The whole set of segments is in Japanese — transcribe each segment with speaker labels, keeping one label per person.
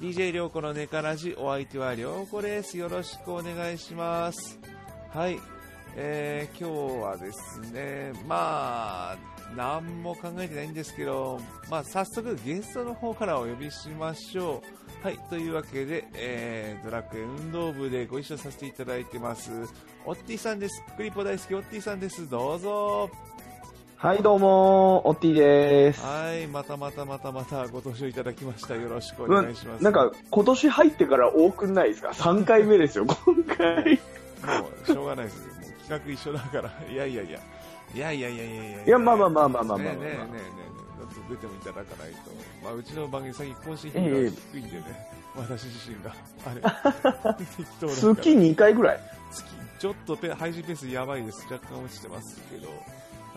Speaker 1: DJ 涼子のネカラジお相手は涼子ですよろしくお願いしますはいえー、今日はですねまあ何も考えてないんですけど、まあ、早速ゲストの方からお呼びしましょうはいというわけで、えー、ドラッグ運動部でご一緒させていただいてますオッティさんですクリポ大好きオッティさんですどうぞ
Speaker 2: はい、どうも、オッティです。
Speaker 1: はいまたまたまたまたご登場いただきましたよろしくお
Speaker 2: う
Speaker 1: 願
Speaker 2: ん
Speaker 1: いします、
Speaker 2: なんか、今年入ってから多くないですか ?3 回目ですよ、今回。い
Speaker 1: もうしょうがないですよ。もう企画一緒だから。 いやいやいや。いやいやいやいやいや
Speaker 2: や、まあまあまあまあまあまあまあ
Speaker 1: ねえねえねえねえ。だと出てもいただかないと。まあ、うちの番組最近更新頻度が低いんでね。私自身が。あれ。適 当だから
Speaker 2: 月2回ぐらい。
Speaker 1: 月ちょっとペ配信ペースやばいです。若干落ちてますけど。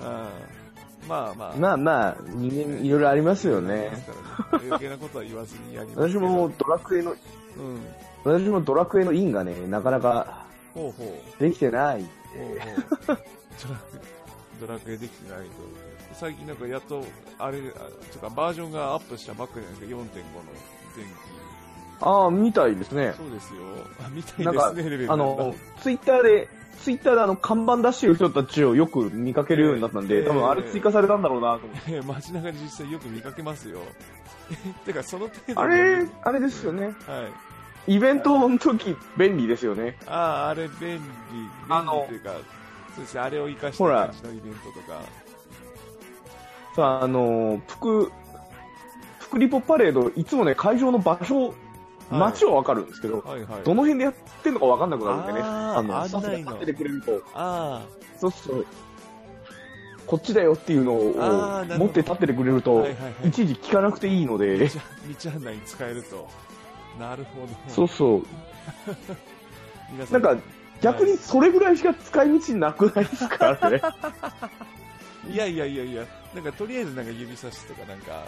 Speaker 1: うん。まあまあ。
Speaker 2: まあまあ、人間いろいろありますよ
Speaker 1: あり
Speaker 2: ね
Speaker 1: ま。すからね。余計なことは言わずにやりますけ
Speaker 2: 私
Speaker 1: ど
Speaker 2: ももうドラクエの、
Speaker 1: うん。
Speaker 2: 私もドラクエのインがね、なかなか
Speaker 1: ほうほう。
Speaker 2: できてない。
Speaker 1: もうもうドラクエドラクエできてないと。最近なんかやっと、あれ、あとかバージョンがアップしたばっかりなんですか、4.5の前期。
Speaker 2: ああ、みたいですね。
Speaker 1: そうですよ。あみたい
Speaker 2: なん
Speaker 1: です
Speaker 2: か
Speaker 1: ね、レベ、ル
Speaker 2: あの、ツイッターで、ツイッターであの、看板出してる人たちをよく見かけるようになったんで、多分あれ追加されたんだろうなと思って。
Speaker 1: えー街中で実際よく見かけますよ。てか、その程度
Speaker 2: あれ、あれですよね。
Speaker 1: はい。
Speaker 2: イベントの時、便利ですよね。
Speaker 1: ああ、あれ便利。便利
Speaker 2: あの
Speaker 1: っていうか、そうですね、あれを活かした
Speaker 2: ほら
Speaker 1: 街のイベントとか。
Speaker 2: さあ、あのー、福、福リポパレード、いつもね、会場の場所、
Speaker 1: はい
Speaker 2: 街はわかるんですけど、
Speaker 1: はいはい。
Speaker 2: どの辺でやってんのかわかんなくなるんでね、
Speaker 1: あー
Speaker 2: の、
Speaker 1: 案内の
Speaker 2: スタッフが立っててくれると、
Speaker 1: あ
Speaker 2: そうそう、こっちだよっていうの
Speaker 1: あーなる
Speaker 2: を
Speaker 1: ほど
Speaker 2: 持って立っててくれる
Speaker 1: あ、
Speaker 2: と、
Speaker 1: はいはいはい
Speaker 2: い。ちいち聞かなくていいので、
Speaker 1: 道案内に使えると。なるほど。
Speaker 2: そうそう、
Speaker 1: 皆さ
Speaker 2: なん
Speaker 1: ん
Speaker 2: か、逆にそれぐらいしか使い道なくないで すか、あれ。
Speaker 1: いやいやいやいや、なんかとりあえずなんか指差しとかなんか、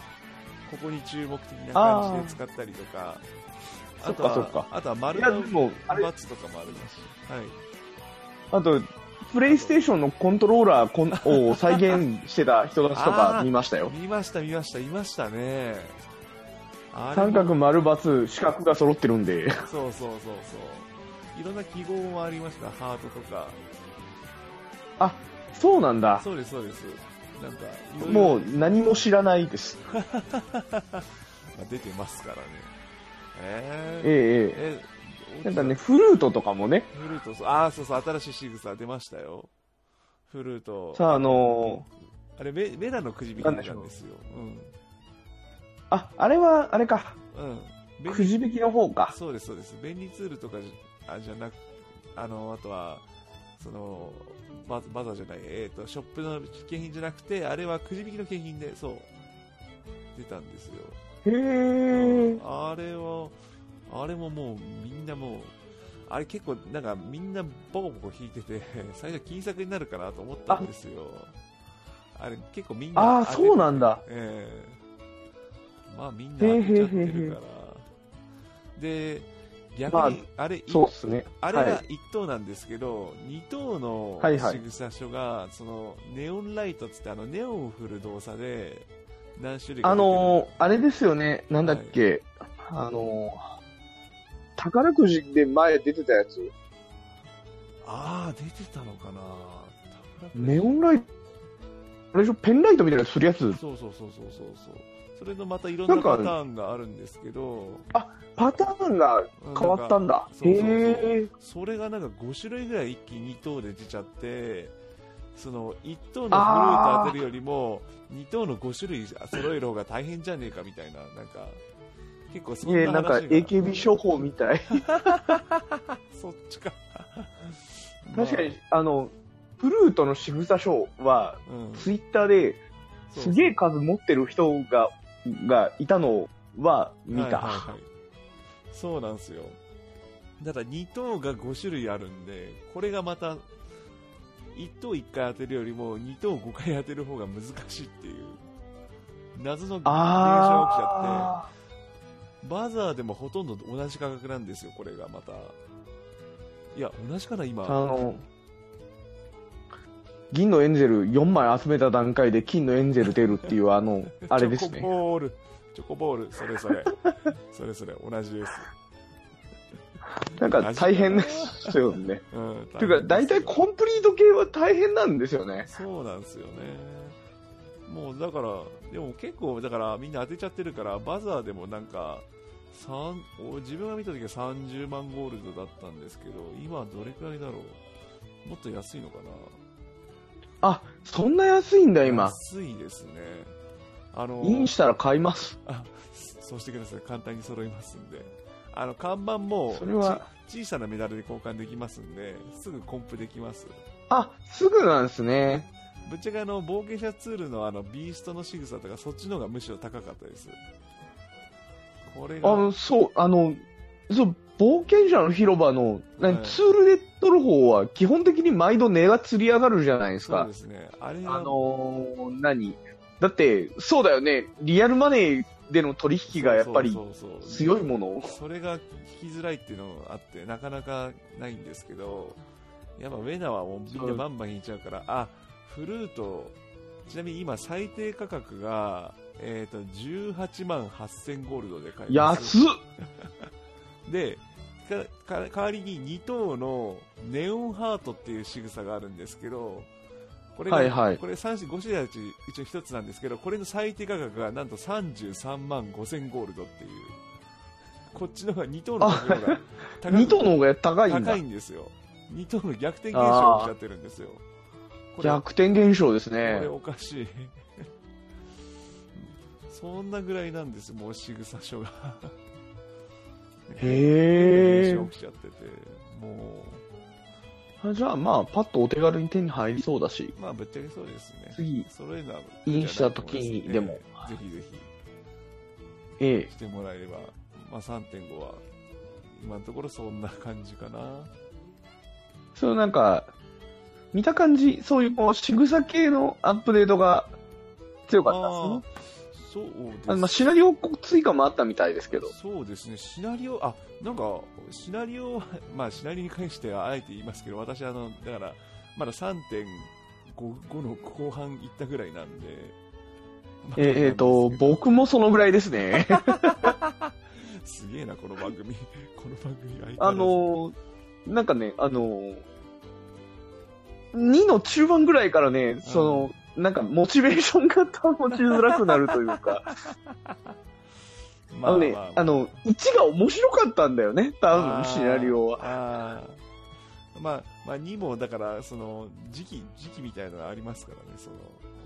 Speaker 1: ここに注目的な感じで使ったりとか、
Speaker 2: あー
Speaker 1: とは
Speaker 2: そっかそっ
Speaker 1: あとは丸
Speaker 2: いや、
Speaker 1: の
Speaker 2: でも、あれ、
Speaker 1: バツとかもあるし、はい。
Speaker 2: あと、プレイステーションのコントローラーこんを再現してた人たちと
Speaker 1: あ
Speaker 2: か
Speaker 1: ー
Speaker 2: 見ましたよ。
Speaker 1: 見ました見ました、いましたね。あれも
Speaker 2: 三角丸バツ四角が揃ってるんで。
Speaker 1: そうそうそうそう。いろんな記号もありました、ハートとか。
Speaker 2: あ、 そうなんだ。
Speaker 1: そうですそうです。なんか、いろいろ
Speaker 2: もう何も知らないです。
Speaker 1: まあ出てますからね。えー、
Speaker 2: えええ
Speaker 1: え
Speaker 2: え。なんかね、フルートとかもね、
Speaker 1: フルートそう、ああ、そうそう、新しい仕草出ましたよ。フルート。
Speaker 2: さああの
Speaker 1: あれメ、メラのくじ引きなんですよ。
Speaker 2: ー、あ、あれは、あれか、
Speaker 1: うん。うん。便
Speaker 2: く
Speaker 1: 利
Speaker 2: じ引きの方か。
Speaker 1: そうです、そうです。便利ツールとかじゃあじゃなく、あの、あとは、その、ババザーじゃない、えっ、と、ショップの景品じゃなくて、あれはくじ引きの景品で、そう、出たんですよ。
Speaker 2: へえ。
Speaker 1: あれは、あれももうみんなもう、あれ結構なんかみんなボコボコ引いてて、最初金策になるかなと思ったんですよ。あれ結構みんな。
Speaker 2: ああ、
Speaker 1: れ
Speaker 2: そうなんだ。
Speaker 1: ええまあみんな当てちゃってるから。で、逆に、あれ、い
Speaker 2: そうっすね。
Speaker 1: あれが1
Speaker 2: は
Speaker 1: 等なんですけど、2等の
Speaker 2: はいは
Speaker 1: 仕
Speaker 2: い
Speaker 1: 草書が、そのネオンライトっつってあのネオンを振る動作で何種類か
Speaker 2: あ
Speaker 1: 出てる
Speaker 2: のー、あれですよね、なんだっけ、あのー、宝くじで前出てたやつ、
Speaker 1: ああ、出てたのかな
Speaker 2: ネオンライト、あれでしょ、ペンライトみたいなのするやつ、
Speaker 1: そうそうそうそうそうそう。それのまたいろんな
Speaker 2: なんか
Speaker 1: パターンがあるんですけど、
Speaker 2: パターンが
Speaker 1: うん
Speaker 2: 変わったんだ。
Speaker 1: そう
Speaker 2: へ
Speaker 1: そうそう
Speaker 2: え。
Speaker 1: それがなんか5種類ぐらい一気に2等で出ちゃってその1等のフルー
Speaker 2: あー
Speaker 1: ト当てるよりも2等の5種類揃える方が大変じゃねえかみたいななんか結構そん
Speaker 2: ねえ
Speaker 1: な話
Speaker 2: なん
Speaker 1: が
Speaker 2: か AKB 処方みたい。
Speaker 1: そっちか
Speaker 2: 確かに、あの、フルートの仕草書
Speaker 1: ま
Speaker 2: は、
Speaker 1: あうん
Speaker 2: ツイッターで
Speaker 1: そう
Speaker 2: すげえ数持ってる人が、がいたのは
Speaker 1: は
Speaker 2: 見
Speaker 1: いはい
Speaker 2: た。
Speaker 1: はいそうなんですよただ2等が5種類あるんでこれがまた1等1回当てるよりも2等5回当てる方が難しいっていう謎の現象が起きちゃって
Speaker 2: あ
Speaker 1: バザーでもほとんど同じ価格なんですよ、これがまた。いや、同じかな、
Speaker 2: あ。あ
Speaker 1: 今。
Speaker 2: の、銀のエンゼル4枚集めた段階で金のエンゼル出るっていうあの、あれです
Speaker 1: チョ
Speaker 2: ね。
Speaker 1: コボール。チョコボール、それぞれ。それぞれ同じです。
Speaker 2: なんか大変ですよね。
Speaker 1: うん。
Speaker 2: ていうか、大体コンプリート系は大変なんですよね。
Speaker 1: そうなんですよね。もうだから、でも結構、だからみんな当てちゃってるから、バザーでもなんか、三お自分が見た時は30万ゴールドだったんですけど、今どれくらいだろうもっと安いのか
Speaker 2: あ、そんな安いんだ、
Speaker 1: な
Speaker 2: 今。
Speaker 1: 安いですね。あの、
Speaker 2: インしたら買います。
Speaker 1: そうしてください。簡単に揃いますんで。あの、看板も、
Speaker 2: それは
Speaker 1: ち小さなメダルで交換できますんで、すぐコンプできます。
Speaker 2: あ、すぐなんですね。
Speaker 1: ぶっちゃけあの、冒険者ツールのあの、ビーストの仕草とか、そっちの方がむしろ高かったです。これ
Speaker 2: あ
Speaker 1: が、
Speaker 2: の、そう、あの、そう、冒険者の広場の、何
Speaker 1: はい
Speaker 2: ツールで撮る方は、基本的に毎度値が釣り上がるじゃないです
Speaker 1: そう
Speaker 2: か
Speaker 1: で。すね。あれ
Speaker 2: あ
Speaker 1: が、
Speaker 2: のー、何だって、そうだよね。リアルマネーでの取引がやっぱり
Speaker 1: そうそうそう
Speaker 2: 強いものを。
Speaker 1: それが聞きづらいっていうのがあって、なかなかないんですけど、やっぱウェナはもうみんなバンバン引いちゃうから、あ、フルート、ちなみに今最低価格が、えっ、と、18万8000ゴールドで買えます。
Speaker 2: 安っ
Speaker 1: で、かか代わりに2等のネオンハートっていう仕草があるんですけど、これが、
Speaker 2: はいはい
Speaker 1: これ3種5種類あるうち一応1つなんですけど、これの最低価格がなんと33万5000ゴールドっていう。こっちの方が2等の価格が高く
Speaker 2: 二頭の方が高いん
Speaker 1: 高
Speaker 2: だ
Speaker 1: い。んですよ。2等の 逆転現象が起きちゃってるんですよ。これ
Speaker 2: 逆転現象です
Speaker 1: これ
Speaker 2: ね。
Speaker 1: おかしい そんなぐらいなんですもう仕草書が
Speaker 2: へ
Speaker 1: 現
Speaker 2: え
Speaker 1: 象。起きちゃってても
Speaker 2: あじゃあまあ、パッとお手軽に手に入りそうだし、
Speaker 1: うまあぶっちゃけそうですね
Speaker 2: 次、
Speaker 1: 揃えるのは
Speaker 2: インした時にでも
Speaker 1: ぜひぜ
Speaker 2: え
Speaker 1: ひしてもらえれば、まあ、3.5は今のところそんな感じかな
Speaker 2: えそのなんか、見た感じ、そういうこう、仕草系のアップデートが強かったですね
Speaker 1: あ。ーそうです
Speaker 2: あのまあ、シナリオ追加もあったみたいですけど。
Speaker 1: そうですね、シナリオ、あなんか、シナリオは、 まあ、シナリオに関してはあえて言いますけど、私、あのだから、まだ3.5の後半いったぐらいなんで、まあ
Speaker 2: えっ、えーと、僕もそのぐらいですね。
Speaker 1: すげえな、この番組、 この番組、相変わらず
Speaker 2: あ、のー、なんかね、あのー、2の中盤ぐらいからね、その、なんかモチベーションが保ちづらくなるという か、
Speaker 1: ま
Speaker 2: あのね、あの、1が面白かったんだよね、多
Speaker 1: あー
Speaker 2: 分、シナリオは。
Speaker 1: あーまあ、まあ、2も、だから、その、時期、時期みたいなのありますからね、その、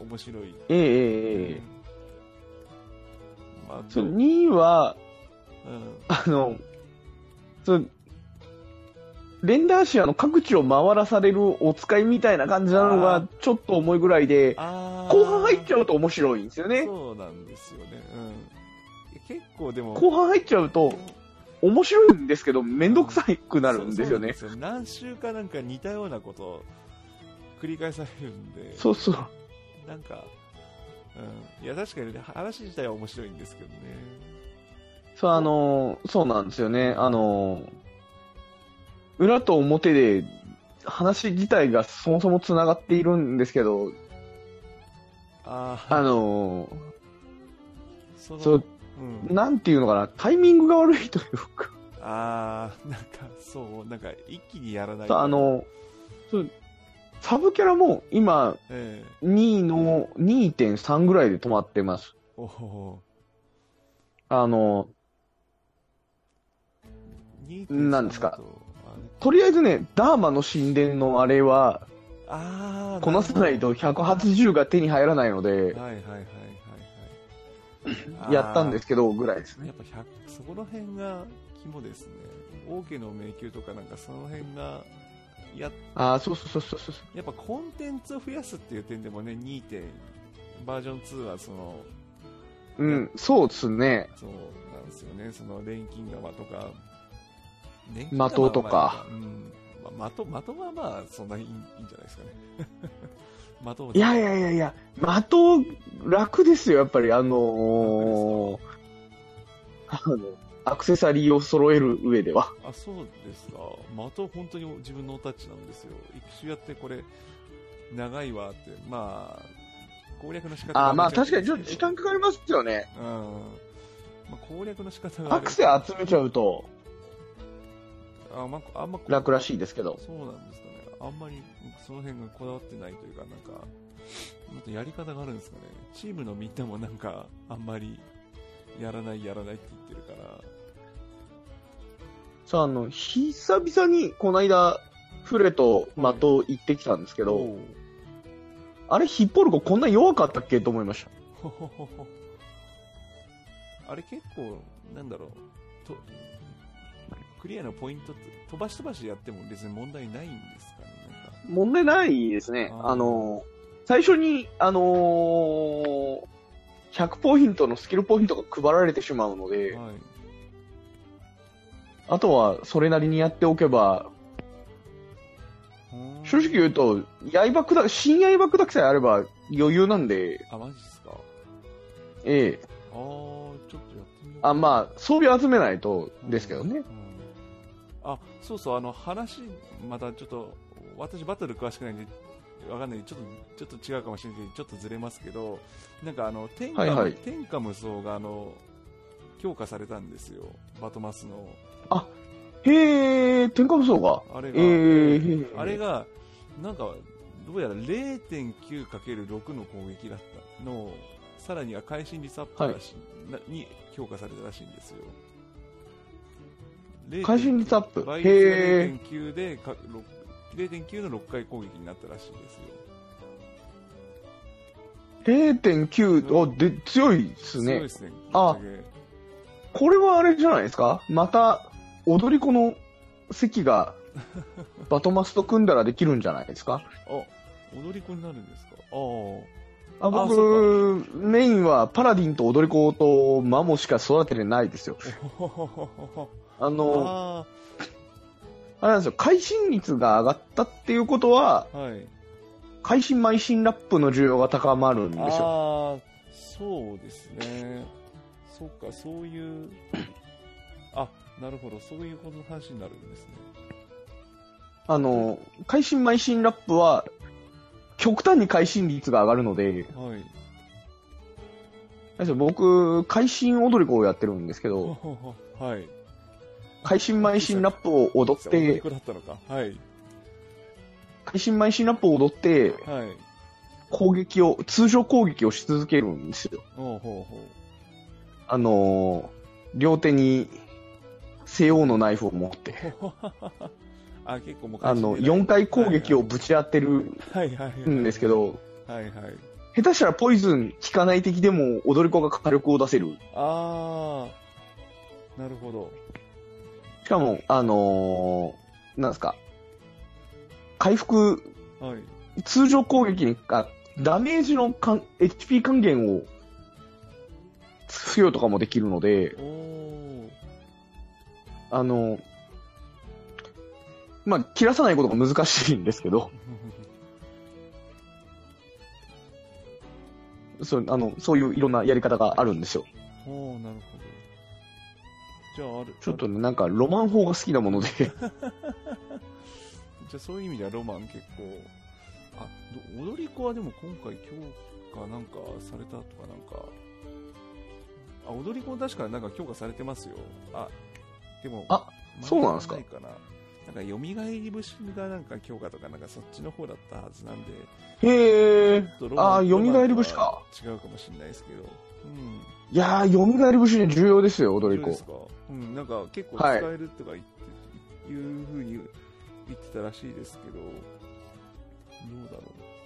Speaker 1: 面白い。
Speaker 2: ええええええ
Speaker 1: まあ、
Speaker 2: その2は、
Speaker 1: うん
Speaker 2: あの、そのレンダーシアの各地を回らされるお使いみたいな感じなの
Speaker 1: あー
Speaker 2: がちょっと重いぐらいで、
Speaker 1: あー
Speaker 2: 後半入っちゃうと面白いんですよね。
Speaker 1: そうなんですよね。うん。結構でも、
Speaker 2: 後半入っちゃうと面白いんですけど、めんどくさくなるんですよね。
Speaker 1: そうそうなんですよ何週かなんか似たようなことを繰り返されるんで、
Speaker 2: そうそう。
Speaker 1: なんか、うん。いや、確かにね、話自体は面白いんですけどね。
Speaker 2: そう、あのー、そうなんですよね。あのー、裏と表で話自体がそもそも繋がっているんですけど、
Speaker 1: ああ、
Speaker 2: あのー、
Speaker 1: その
Speaker 2: そう、
Speaker 1: うん。
Speaker 2: なんていうのかな、タイミングが悪いというか、
Speaker 1: ああ、なんか、そう、なんか、一気にやらない
Speaker 2: そう
Speaker 1: と。
Speaker 2: あの、そうサブキャラも今、
Speaker 1: ええ
Speaker 2: 2の2.3ぐらいで止まってます。
Speaker 1: おお
Speaker 2: あの、なんですか。とりあえずね、ダーマの神殿のあれは、
Speaker 1: ああ、
Speaker 2: こなさないと180が手に入らないので、
Speaker 1: はいはいはい はいはい
Speaker 2: やったんですすけど、ぐらいですね。
Speaker 1: やっぱ100そこの辺が肝ですね王家の迷宮とかなんかその辺がや
Speaker 2: ああ、そうそうそうそうそう。
Speaker 1: やっぱコンテンツを増やすっていう点でもね2点バージョン2はその
Speaker 2: うん、そうですね。
Speaker 1: そうなんですよねその錬金釜とか錬
Speaker 2: 的とか
Speaker 1: うんまあ、的的はまあそんなにいいいいんじゃないですかね 的も
Speaker 2: いやいやいやいや、的、楽ですよ、やっぱり。あのー、あの、アクセサリーを揃える上 では。
Speaker 1: あそうですか的本当に自分のタッチなんですよ一周やってこれ長いわってまあ攻略の仕方
Speaker 2: ああ、まあ
Speaker 1: 間違って
Speaker 2: 確
Speaker 1: る
Speaker 2: かに、ちょっ
Speaker 1: ん
Speaker 2: と
Speaker 1: ですけど
Speaker 2: 時間かかりますよね。
Speaker 1: うんまあ、攻略の仕 方が
Speaker 2: ア
Speaker 1: ある
Speaker 2: クセ集めちゃうと
Speaker 1: あ、まあ、あんま
Speaker 2: 楽らしいですけど。
Speaker 1: そうなんですかね。あんまりその辺がこだわってないというか、なんか、もっとやり方があるんですかね。チームのみんなもなんか、あんまり、やらないやらないって言ってるから、
Speaker 2: さあ、あの、久々に、この間、フレと的行ってきたんですけど、
Speaker 1: おう
Speaker 2: あれ、ヒッポルコこんな弱かったっけと思いました。
Speaker 1: ほほほほあれ結構、なんだろう、とクリアのポイントって、飛ばし飛ばしやっても別に問題ないんですかね、なんか。
Speaker 2: 問題ないですね。
Speaker 1: あー
Speaker 2: あの、最初に、あのー100ポイントのスキルポイントが配られてしまうので、
Speaker 1: はい、
Speaker 2: あとはそれなりにやっておけば、正直言うと、刃砕き、新刃砕きさえあれば余裕なんで、
Speaker 1: あ、マジっすか。あ
Speaker 2: ええ。
Speaker 1: あ、ちょっとやってみよう
Speaker 2: あ、まあ、装備集めないとですけどね。
Speaker 1: うんあそうそうあの話またちょっと私バトル詳しくないんでわかんないちょっとちょっと違うかもしれないけどちょっとずれますけどなんかあの天下,、
Speaker 2: はいはい
Speaker 1: 天下無双があの強化されたんですよバトマスの
Speaker 2: へえ、天下無双が。
Speaker 1: あれが、
Speaker 2: えー
Speaker 1: あれがなんかどうやら 0.9×6 の攻撃だったのをさらには会心率アップらしい、なに強化されたらしいんですよ0.9
Speaker 2: 会心率アップ。
Speaker 1: 倍率が
Speaker 2: へえ。
Speaker 1: 0.9でかろく0.9の6回攻撃になったらしいですよ。
Speaker 2: 0.9、あ、で、強いっす
Speaker 1: ごい
Speaker 2: ね
Speaker 1: で。すね。
Speaker 2: あ
Speaker 1: ぶっち
Speaker 2: これはあれじゃないですかまた、踊り子の席 が、バトマスと組んだらできるんじゃないですか
Speaker 1: ゃけあ、踊り子になるんですかああ。
Speaker 2: あ
Speaker 1: あそ
Speaker 2: 僕、メインはパラディンと踊り子とマモしか育ててな いですよ。あの、
Speaker 1: あ
Speaker 2: あれなんですよ、会心率が上がったっていうことは、
Speaker 1: あ、 はい。
Speaker 2: 会心邁進ラップの需要が高まるんですよ。
Speaker 1: ああ、そうですね。そっか、そう いう、あ、なるほど、そういうことの話になるんですね。
Speaker 2: あの、会心邁進ラップは、極端に会心率が上がるので、
Speaker 1: はい。
Speaker 2: あれですよ僕、会心踊り子をやってるんですけど、
Speaker 1: はい。
Speaker 2: 会心邁進ラップを踊っ
Speaker 1: 踊り
Speaker 2: て、
Speaker 1: 子だったのか。はい。
Speaker 2: 会心邁進ラップを踊って、
Speaker 1: はい。
Speaker 2: 攻撃を、通常攻撃をし続けるんですよ。
Speaker 1: おうほうほう。
Speaker 2: あのー両手に西欧のナイフを持って、
Speaker 1: あ、結構もう
Speaker 2: あの、4回攻撃をぶち当てる
Speaker 1: はいはいはい
Speaker 2: んですけ。ど、
Speaker 1: はいはい。
Speaker 2: 下手したらポイズン効かない敵でも踊り子が火力を出せる。
Speaker 1: あー、なるほど。
Speaker 2: しかも、あのーなんですか、回復、
Speaker 1: はい。
Speaker 2: 通常攻撃に、あダメージの還 HP 還元を、付与とかもできるので、
Speaker 1: おー、
Speaker 2: あの、まあ、切らさないことが難しいんですけ ど、そうあのそういういろんなやり方があるんですよ。
Speaker 1: おー、なるほど。じゃあ、ある。
Speaker 2: ちょっと
Speaker 1: あ
Speaker 2: ね、なんかロマン法が好きなもので、
Speaker 1: じゃあ、そういう意味ではロマン結構。あ、ど踊り子はでも今回強化なんかされたとかなんか。あ、踊り子確かになんか強化されてますよ。あ、でも。
Speaker 2: あ、そうなんですか
Speaker 1: ないかな。なんか、蘇り節がなんか強化とか、なんかそっちの方だったはずなんで。
Speaker 2: へえ。
Speaker 1: ちょっとロマン
Speaker 2: あー
Speaker 1: ロマンとは
Speaker 2: 蘇り節か
Speaker 1: 違うかもしれないですけど。うん。
Speaker 2: いやー、蘇り節ね、重要ですよ、踊り
Speaker 1: そうで
Speaker 2: 子
Speaker 1: す。か。うん、なんか結構使
Speaker 2: はい
Speaker 1: えるとか言って、い、うふうに言ってたらしいですけど、どうだろ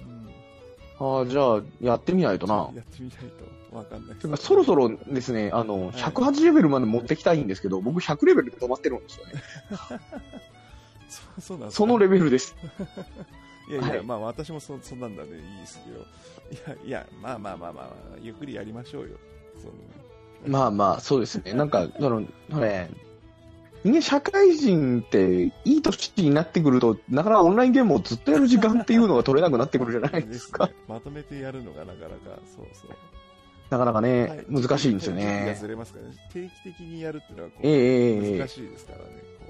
Speaker 1: う。うん。
Speaker 2: ああ、じゃあ、やってみないとな。
Speaker 1: やってみないとわかんない
Speaker 2: てかそろそ
Speaker 1: ろ。
Speaker 2: ろですね、あの、
Speaker 1: い
Speaker 2: 108レベルまで持ってきたいんですけど、僕100レベルで止まってるんですよね。
Speaker 1: そそうなんですか
Speaker 2: そのレベルです。
Speaker 1: いやいや、
Speaker 2: はい
Speaker 1: まあ私もそそんなんだね、いいですけど。いや、いや、まあまあまあまあ、ゆっくりやりましょうよ。その
Speaker 2: まあまあ、そうですね。なんか、その、ね、人間社会人って、いい年になってくると、なかなかオンラインゲームをずっとやる時間っていうのが取れなくなってくるじゃないですか。
Speaker 1: ねまとめてやるのがなかなか、そうそう。
Speaker 2: なかなかね、
Speaker 1: はい
Speaker 2: 難しいんです
Speaker 1: ちょっと時
Speaker 2: よ
Speaker 1: 期が
Speaker 2: ね。
Speaker 1: ずれますからね。定期的にやるっていうのはこう、
Speaker 2: えええええ
Speaker 1: 難
Speaker 2: え
Speaker 1: しいですからね。こ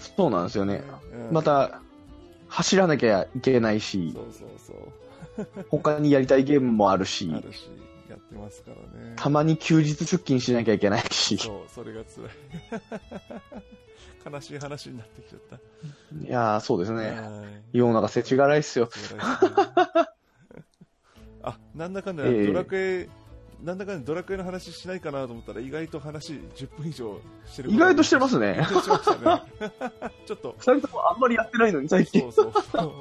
Speaker 2: そうなんですよね。
Speaker 1: ううん
Speaker 2: また、走らなきゃいけないし
Speaker 1: そ、うそうそう。
Speaker 2: 他にやりたいゲームもあるし
Speaker 1: あ、るし、やってますからね。
Speaker 2: たまに休日出勤しなきゃいけないし。
Speaker 1: そう、それが辛い。悲しい話になってきちゃった。
Speaker 2: いやー、そうですね。
Speaker 1: はい
Speaker 2: 世の中世知辛いっすよ。
Speaker 1: そうだねあ、なんだかんだ、
Speaker 2: ええ
Speaker 1: ドラクエ、なんだかんだドラクエの話しないかなと思ったら、意外と話10分以上してる。
Speaker 2: 意外として
Speaker 1: ま
Speaker 2: ますね。
Speaker 1: す。しましたね。 ちょっと、
Speaker 2: 二人ともあんまりやってないのに最近。
Speaker 1: そうそう。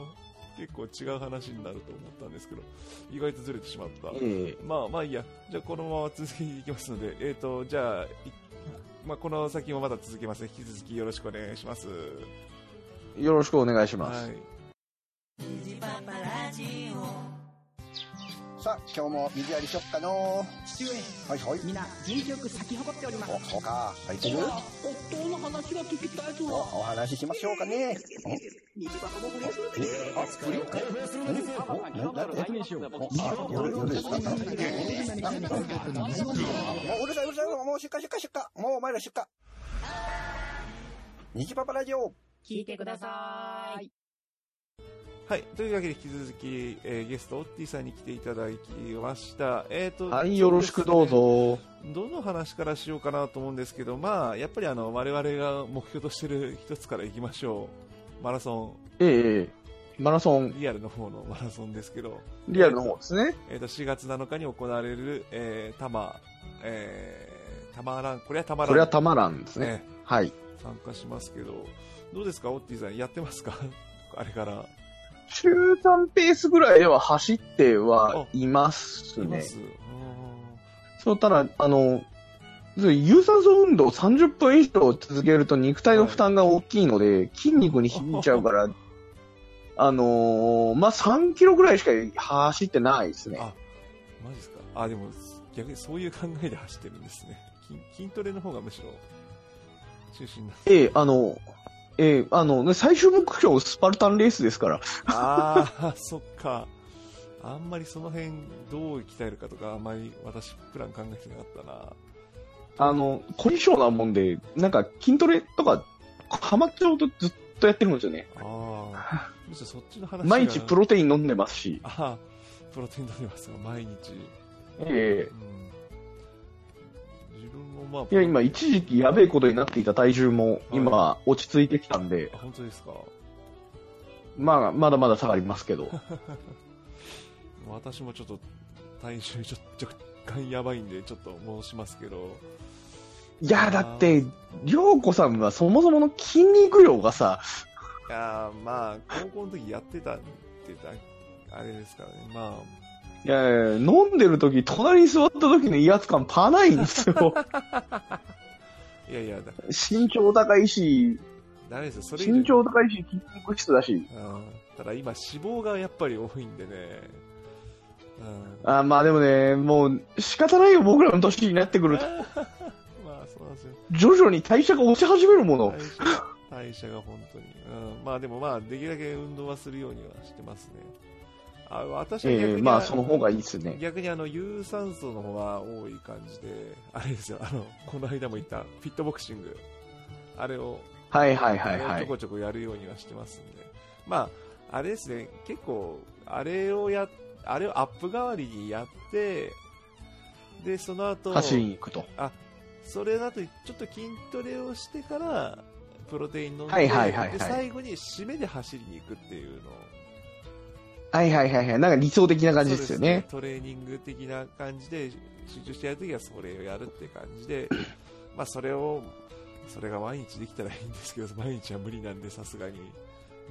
Speaker 1: 結構違う話になると思ったんですけど、意外とずれてしまった。
Speaker 2: ええ
Speaker 1: まあまあいいや、じゃあこのまま続けていきますので、えっ、と、じゃあ、いまあ、この先もまだ続けますね。引き続きよろしくお願いします。
Speaker 2: よろしくお願いします。
Speaker 1: はい。
Speaker 3: さあ、今日も水やりしよっかの
Speaker 4: 父上
Speaker 3: はいはい。
Speaker 4: 皆元気よく咲き誇っております
Speaker 3: お、そうか。入ってる
Speaker 4: 夫の話が聞きたい
Speaker 3: お、
Speaker 4: ぞ
Speaker 3: お話ししましょうかね。
Speaker 4: 水箱もフレーズ
Speaker 3: えあ、振り返るんななんであ、夜、夜ですかなんでもううるさいうるさい。もう出荷出荷出荷。もうお前ら出荷。虹パパラジオ
Speaker 4: 聞いてください
Speaker 1: はい、というわけで引き続き、えーゲスト、オッティさんに来ていただきました。えーと
Speaker 2: はい、よろしくどう。
Speaker 1: そ
Speaker 2: ぞ。
Speaker 1: ですねどの話からしようかなと思うんですけど、まあ、やっぱりあの、我々が目標としてる一つからいきましょう。マラソ
Speaker 2: ええええマラソン
Speaker 1: ン、、リアルの方のマラソンですけど、
Speaker 2: リアルの方ですね。
Speaker 1: えーと、4月7日に行われる、えー、タマ、えー、タマラン、これはタマラン。
Speaker 2: それはたまらんですね。
Speaker 1: ね、
Speaker 2: はい。
Speaker 1: 参加しますけど、どうですか、オッティさん、やってますか あれから。
Speaker 2: 中間ペースぐらいでは走ってはいます
Speaker 1: いま
Speaker 2: ね。
Speaker 1: す。
Speaker 2: そう、ただ、あの、有酸素運動を30分以上続けると肉体の負担が大きいので、筋肉に響いちゃうから、 あのーまあ、3キロぐらいしか走ってないですね。
Speaker 1: あマジですかあ、でも、逆にそういう考えで走ってるんですね。筋筋トレの方がむしろ、中心な。
Speaker 2: ええあの、ええあの、ね最終目標スパルタンレースですから、
Speaker 1: ああ、 そっか。あんまりその辺、どう鍛えるかとか、あんまり私、プラン考えてなかったな。
Speaker 2: あの、凝り性なもんで、なんか筋トレとか、ハマっちゃうとずっとやってるんですよね。
Speaker 1: ああ、 むしろそっちの話が
Speaker 2: 毎日プロテイン飲んでますし、
Speaker 1: あープロテイン飲んでますが、毎日。
Speaker 2: え
Speaker 1: うん自分もまあ、
Speaker 2: えいや、今、一時期やべえことになっていた体重も、今、落ち着いてきたんで、
Speaker 1: あ本当ですか
Speaker 2: まあ、まだまだ下がりますけど。
Speaker 1: 私もちょっと体重ちょ若干やばいんでちょっと申しますけど
Speaker 2: いや、だって、りょうこさんはそもそもの筋肉量がさ、
Speaker 1: いやーまあ高校の時やってたって言ったらあれですからねま
Speaker 2: いやいや飲んでる時、隣に座った時の威圧感パないんです よ。
Speaker 1: あいやいやだ
Speaker 2: 身長高いし、
Speaker 1: ダメですよそれ以上
Speaker 2: 身長高いし、筋肉質だし。
Speaker 1: うんただ今脂肪がやっぱり多いんでねうん
Speaker 2: あまあでもね、もう仕方ないよ、僕らの年になってく ると。
Speaker 1: まあそうなんですよ
Speaker 2: 徐々に代謝が落ち始めるもの。
Speaker 1: 代謝代謝が本当に、うん、まあでもまあできるだけ運動はするようにはしてますねあ私は逆に
Speaker 2: ええまあその方がいいですね。
Speaker 1: 逆にあの有酸素の方が多い感じで、あれですよ、あのこの間も言ったフィットボクシング、あれを、
Speaker 2: はいはいはい
Speaker 1: あれを
Speaker 2: は
Speaker 1: ちょ
Speaker 2: い。
Speaker 1: こちょこやるようにはしてますんで、まあ、あれですね、結構、あれをや、あれをアップ代わりにやって、で、その後、
Speaker 2: 走りに行くと。
Speaker 1: それだとちょっと筋トレをしてから、プロテイン飲んで、
Speaker 2: はいはいはいはい
Speaker 1: で最後に締めで走りに行くっていうのを。
Speaker 2: はいはいはいはい。なんか理想的な感じですよね。
Speaker 1: そうですねトレーニング的な感じで集中してやるときはそれをやるって感じ で、まあそれを、それが毎日できたらいいんですけど、毎日は無理なんでさすがに。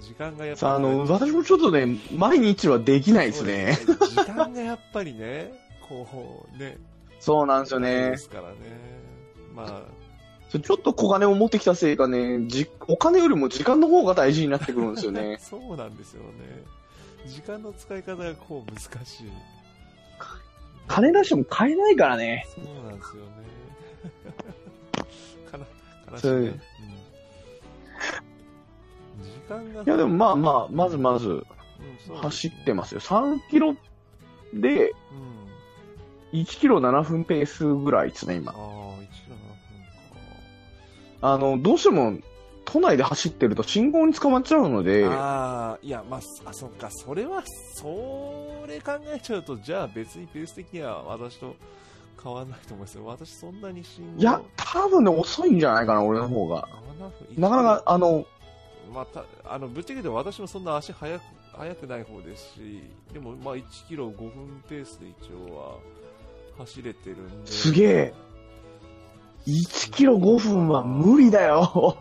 Speaker 1: 時間がやっぱり。
Speaker 2: さあ、あの、私もちょっとね、毎日はできないですね。
Speaker 1: そうですね。時間がやっぱりね、こうね。
Speaker 2: そうなんですよ
Speaker 1: で
Speaker 2: ね。
Speaker 1: すからね。ま
Speaker 2: ちょっと小金を持ってきたせいかね、じお金よりも時間の方が大事になってくるんですよ
Speaker 1: あ、。
Speaker 2: ね
Speaker 1: そうなんですよね。時間の使い方がこう難しい。
Speaker 2: 金出しても買えないからね。
Speaker 1: そうなんですよね。 かな、悲しい
Speaker 2: そう
Speaker 1: ね。うん時間が。
Speaker 2: いやでもまあまあ、まずまず
Speaker 1: うんそうですね
Speaker 2: 走ってますよ。3キロで
Speaker 1: うん。
Speaker 2: 1キロ7分ペースぐらいですね、
Speaker 1: ああ
Speaker 2: 今。
Speaker 1: ー、1キロ7分か。
Speaker 2: あの、どうしても都内で走ってると信号に捕まっちゃうので、
Speaker 1: ああ、いや、まあ、あ、そっか、それは、それ考えちゃうと、じゃあ別にペース的には私と変わらないと思いますよ。私そんなに信号
Speaker 2: いや、多分ね、遅いんじゃないかな、俺の方が。なかなか、、あの、
Speaker 1: まあたあのぶっちゃけて私もそんな足速く速くない方ですし、でもまあ1キロ5分ペースで一応は走れてるんで、
Speaker 2: すげえ。1キロ5分は無理だよ。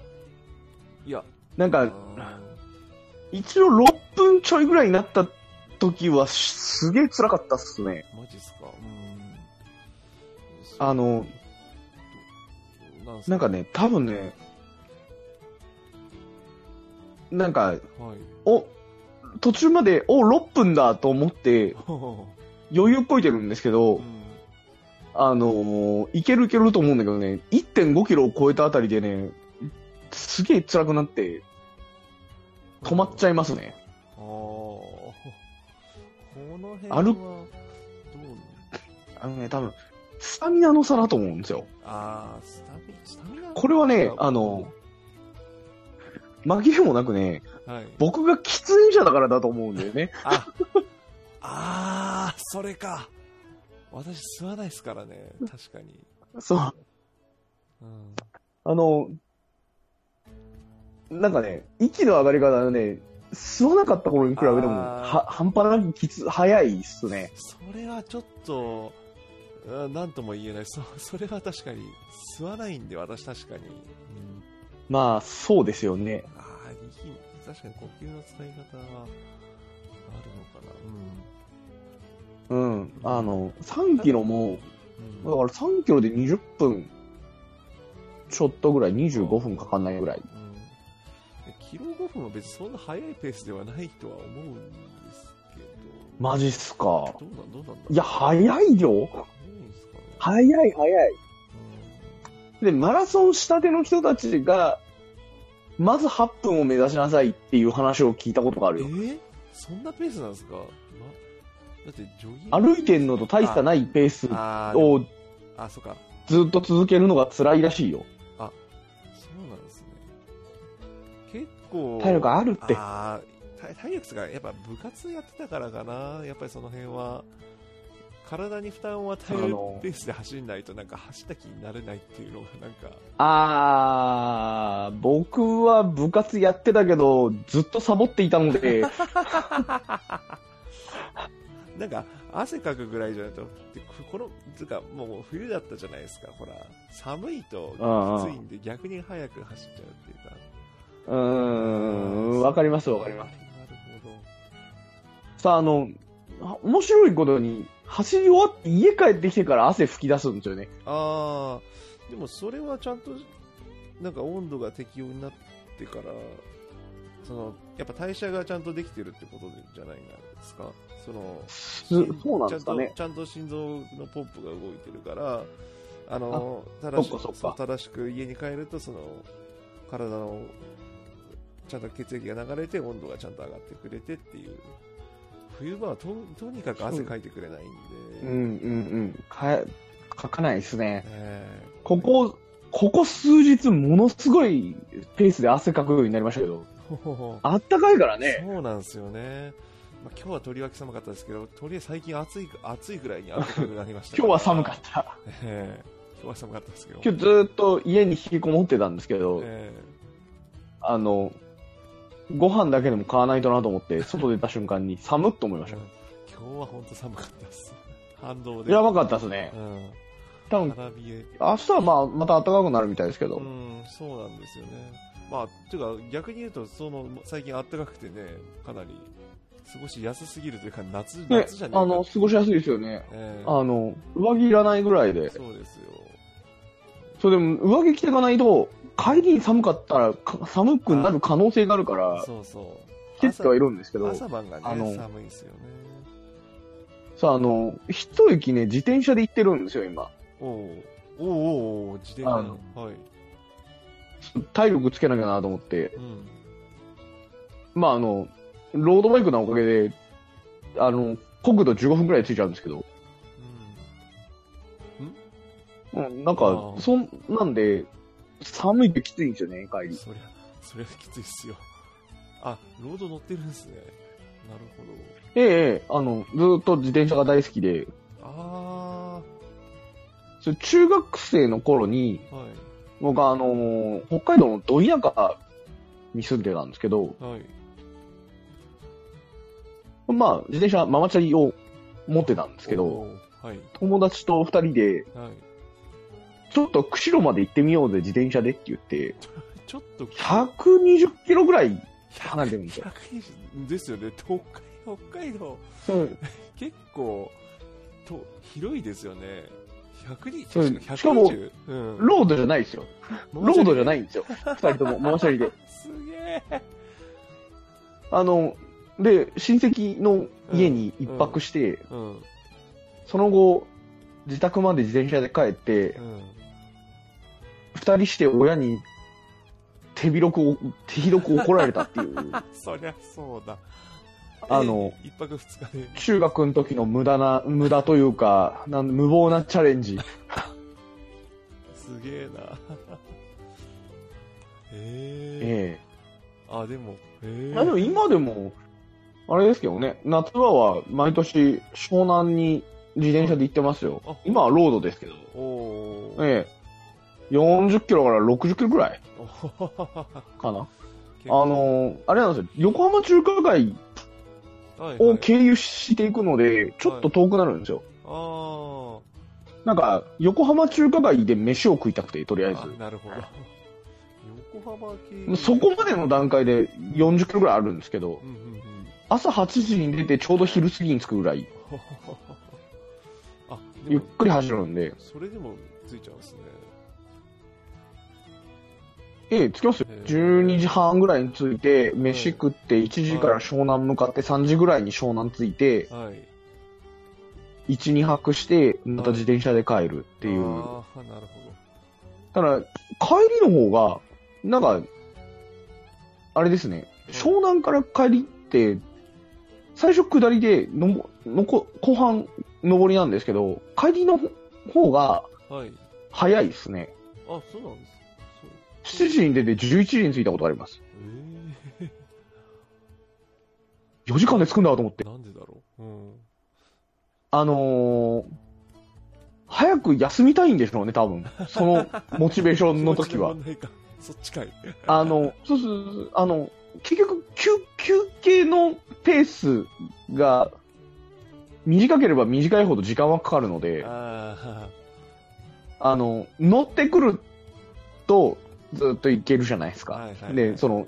Speaker 1: いや、
Speaker 2: なんか、
Speaker 1: あ
Speaker 2: 一応6分ちょいぐらいになった時はすげえ辛かったっすね。
Speaker 1: ーマジっすか、うん、
Speaker 2: あの、
Speaker 1: なんす
Speaker 2: なんか、ね、多分ね、なんか、
Speaker 1: はい、
Speaker 2: お、途中まで、お、6分だと思って
Speaker 1: う
Speaker 2: 余裕こいてるんですけど、
Speaker 1: ん、
Speaker 2: あのーいけるいけると思うんだけどね、1.5キロを超えたあたりでね、すげえ辛くなって、止まっちゃいますね。
Speaker 1: あーこの辺は
Speaker 2: ある
Speaker 1: どう
Speaker 2: あのね、多分、スタミナの差だと思うんですよ。
Speaker 1: あースタミスタミナ
Speaker 2: これはねあの、紛れもなくね、
Speaker 1: はい、
Speaker 2: 僕が喫煙者だからだと思うんだよね。
Speaker 1: あ、あー、それか。私吸わないですからね、確かに。
Speaker 2: そう。
Speaker 1: うん、
Speaker 2: あの、なんかね、息の上がり方がね、吸わなかった頃に比べても、
Speaker 1: あー
Speaker 2: は、半端なくきつ、早いっすね。
Speaker 1: それはちょっと、うんなんとも言えない。そ それは確かに、吸わないんで、私確かに。うん、
Speaker 2: まあ、そうですよね。
Speaker 1: ああ、いい確かに呼吸の使い方は、あるのかな。
Speaker 2: うん。あの、3キロも、
Speaker 1: うん。
Speaker 2: だ
Speaker 1: うん
Speaker 2: から3キロで20分、ちょっとぐらい、25分かかんないぐらい。
Speaker 1: うんでキロ5分は別にそんな速いペースではないとは思うんですけど。
Speaker 2: マジっすか。
Speaker 1: どうなん、どうなんだろう
Speaker 2: いや、早いよ。
Speaker 1: いいんですかね。
Speaker 2: 早い早い。で、マラソンしたての人たちが、まず8分を目指しなさいっていう話を聞いたことがあ
Speaker 1: え
Speaker 2: るよ。
Speaker 1: ーそんなペースなんですか、ま、だってジョギング
Speaker 2: 歩いてんのと大差ないペース
Speaker 1: あー
Speaker 2: を
Speaker 1: あそっか
Speaker 2: ずっと続けるのが辛いらしいよ。
Speaker 1: そうなんですね結構
Speaker 2: 体力あるって。
Speaker 1: あー体体力がやっぱ部活やってたからかなやっぱりその辺は体に負担を与え
Speaker 2: あ
Speaker 1: る
Speaker 2: の
Speaker 1: ペースで走んないとなんか走った気になれないっていうのがなんか
Speaker 2: あー、僕は部活やってたけど、ずっとサボっていた ので、
Speaker 1: なんか汗かくぐらいじゃないとでくこのつうかもう冬だったじゃないですかほら寒いときついんで逆に早く走っちゃうっていうか
Speaker 2: うーん、わかりますわかります。
Speaker 1: す。なるほど。
Speaker 2: さあ、あの、あ面白いことに、走り終わって家帰ってきてから汗吹き出すんですよね。
Speaker 1: ああ、でもそれはちゃんと、なんか温度が適用になってから、その、やっぱ代謝がちゃんとできてるってことじゃないですか。その、
Speaker 2: すそうなんですかね。
Speaker 1: ちゃんとちゃんと心臓のポンプが動いてるから、あの、
Speaker 2: そ
Speaker 1: 正
Speaker 2: っ
Speaker 1: し
Speaker 2: かそっ
Speaker 1: く
Speaker 2: か
Speaker 1: そう正しく家に帰ると、その、体の、ちゃんと血液が流れて温度がちゃんと上がってくれてっていう。冬場はととにかく汗かいてくれないんで。
Speaker 2: うんうんうん。か、書かないですね。
Speaker 1: ええ
Speaker 2: ここ、ここ数日ものすごいペースで汗かくようになりましたけど、
Speaker 1: ほほほ
Speaker 2: あったかいからね。
Speaker 1: そうなんですよね。まあ、今日はとりわけ寒かったですけど、とりあえず最近暑い、暑いぐらいに暖かくなりました。
Speaker 2: 今日は寒かった。
Speaker 1: た。ええ今日は寒かったですけど。
Speaker 2: 今日ずーっと家に引きこもってたんですけど、
Speaker 1: え
Speaker 2: あの、ご飯だけでも買わないとなと思って、外出た瞬間に寒っと思い
Speaker 1: え
Speaker 2: ました。
Speaker 1: 今日は本当寒かったです。反動で。
Speaker 2: やばかったですね
Speaker 1: う。ん。
Speaker 2: 多分、
Speaker 1: 花冷え。
Speaker 2: 明日はまあ、また暖かくなるみたいですけ
Speaker 1: う
Speaker 2: ど。
Speaker 1: ん、そうなんですよね。まあ、ていうか、逆に言うと、その、最近暖かくてね、かなり、過ごしやすすぎるというか、夏、
Speaker 2: ね
Speaker 1: 夏じゃ、ね
Speaker 2: あの、過ごしやすいですよね。
Speaker 1: ええ
Speaker 2: あの、上着いらないぐらいで。
Speaker 1: そうですよ。
Speaker 2: それでも、上着着ていかないと、帰りに寒かったら、か寒くなる可能性があるから、
Speaker 1: そうそう。
Speaker 2: 着てってはいるんですけど、
Speaker 1: 朝晩が
Speaker 2: あの
Speaker 1: ね、寒いですよね。
Speaker 2: さあ、あの、一駅ね、自転車で行ってるんですよ、今。
Speaker 1: おうおうおうおう自転車
Speaker 2: あの
Speaker 1: はい、
Speaker 2: 体力つけなきゃなと思って。
Speaker 1: うん、
Speaker 2: まあ、あの、ロードバイクのおかげで、あの、国土15分くらいついちゃうんですけど、
Speaker 1: う
Speaker 2: うん、なん
Speaker 1: あ
Speaker 2: か、
Speaker 1: ー
Speaker 2: そんなんで、寒いときついんですよね、帰
Speaker 1: ん、
Speaker 2: り。
Speaker 1: そりゃそれはきついっすよ。あ、ロード乗ってるんですね。なるほど。
Speaker 2: ええええ、あの、ずーっと自転車が大好きで、
Speaker 1: あ
Speaker 2: それ中学生の頃に、
Speaker 1: ー、は
Speaker 2: 僕はあのー北海道のど田舎に住んでたんですけど、
Speaker 1: い、はい。
Speaker 2: まあ、自転車、ママチャリを持ってたんですけど、
Speaker 1: おー、はい、
Speaker 2: 友達と二人で、
Speaker 1: はい。
Speaker 2: ちょっと釧路まで行ってみようぜ、自転車でって言って、
Speaker 1: ちょっと、
Speaker 2: 120キロぐらい離れてるんですよ。
Speaker 1: 120ですよね。北海北海道、
Speaker 2: うん
Speaker 1: 結構、と、広いですよね。120、
Speaker 2: そう
Speaker 1: 120
Speaker 2: しか
Speaker 1: う
Speaker 2: も
Speaker 1: ん、
Speaker 2: ロードじゃないですよ。ロードじゃ
Speaker 1: い。
Speaker 2: ないんですよ。二人とも、ママチャリで。
Speaker 1: すげえ。
Speaker 2: あの、で、親戚の家に一泊して、
Speaker 1: うん、うん。
Speaker 2: その後、自宅まで自転車で帰って、二人して親に手広くお、手広く怒られたっていう、
Speaker 1: そりゃそうだ。
Speaker 2: あの
Speaker 1: え、一泊二日で。
Speaker 2: 中学の時の無駄な、無駄というか、なん無謀なチャレンジ。
Speaker 1: すげえな。 へえ
Speaker 2: え
Speaker 1: あ、でも、へ
Speaker 2: え
Speaker 1: え
Speaker 2: まあでも今でも、あれですけどね、夏場は毎年湘南に自転車で行ってますよ
Speaker 1: あ。
Speaker 2: 今はロードですけど。
Speaker 1: おー。
Speaker 2: ええ40キロから60キロぐらい
Speaker 1: おはははは
Speaker 2: かな。
Speaker 1: 結
Speaker 2: あ
Speaker 1: 構
Speaker 2: のーあれなんですよ。横浜中華街
Speaker 1: はいは
Speaker 2: を
Speaker 1: い、
Speaker 2: 経由していくので、ちょっと遠くなるんですよ。
Speaker 1: あ
Speaker 2: なんか、横浜中華街で飯を食いたくて、とりあえ
Speaker 1: ーあ、
Speaker 2: ず。
Speaker 1: なるほど。横浜系。
Speaker 2: そこまでの段階で40キロぐらいあるんですけど
Speaker 1: う、んうんうん。
Speaker 2: 朝8時に出てちょうど昼過ぎに着くぐらい、
Speaker 1: ははははあ、で
Speaker 2: ゆっ
Speaker 1: も、
Speaker 2: くり走るんで、
Speaker 1: それでもついちゃうんですね。
Speaker 2: ええ、着きますよ
Speaker 1: へえ。
Speaker 2: 12時半ぐらいに着いて、飯食って1時から湘南向かって3時ぐらいに湘南着いて、
Speaker 1: はい。っ
Speaker 2: 1、2泊して、また自転車で帰るっていう。
Speaker 1: ああ、なるほど。
Speaker 2: ただ、帰りの方が、なんか、あれですね、湘南から帰りって、最初下りでのも、のこ、後半上りなんですけど、帰りの方が
Speaker 1: はい。
Speaker 2: 早いですね。
Speaker 1: あ、そうなんです。そう。
Speaker 2: 7時に出て11時に着いたことあります。
Speaker 1: え
Speaker 2: 4時間で着くんだと思っ
Speaker 1: え
Speaker 2: て。
Speaker 1: なんでだろう。うん。
Speaker 2: あのー、早く休みたいんでしょうね、多分。その、モチベーションの時は
Speaker 1: 気持。ちの問題か。 そっちかい。
Speaker 2: あの、そうそうそうそう、あの、結局、休、休憩のペースが、短ければ短いほど時間はかかるので、
Speaker 1: あ
Speaker 2: あの、乗ってくると、ずっといけるじゃないです
Speaker 1: あ、
Speaker 2: か。
Speaker 1: はいはい、はい。
Speaker 2: で、その、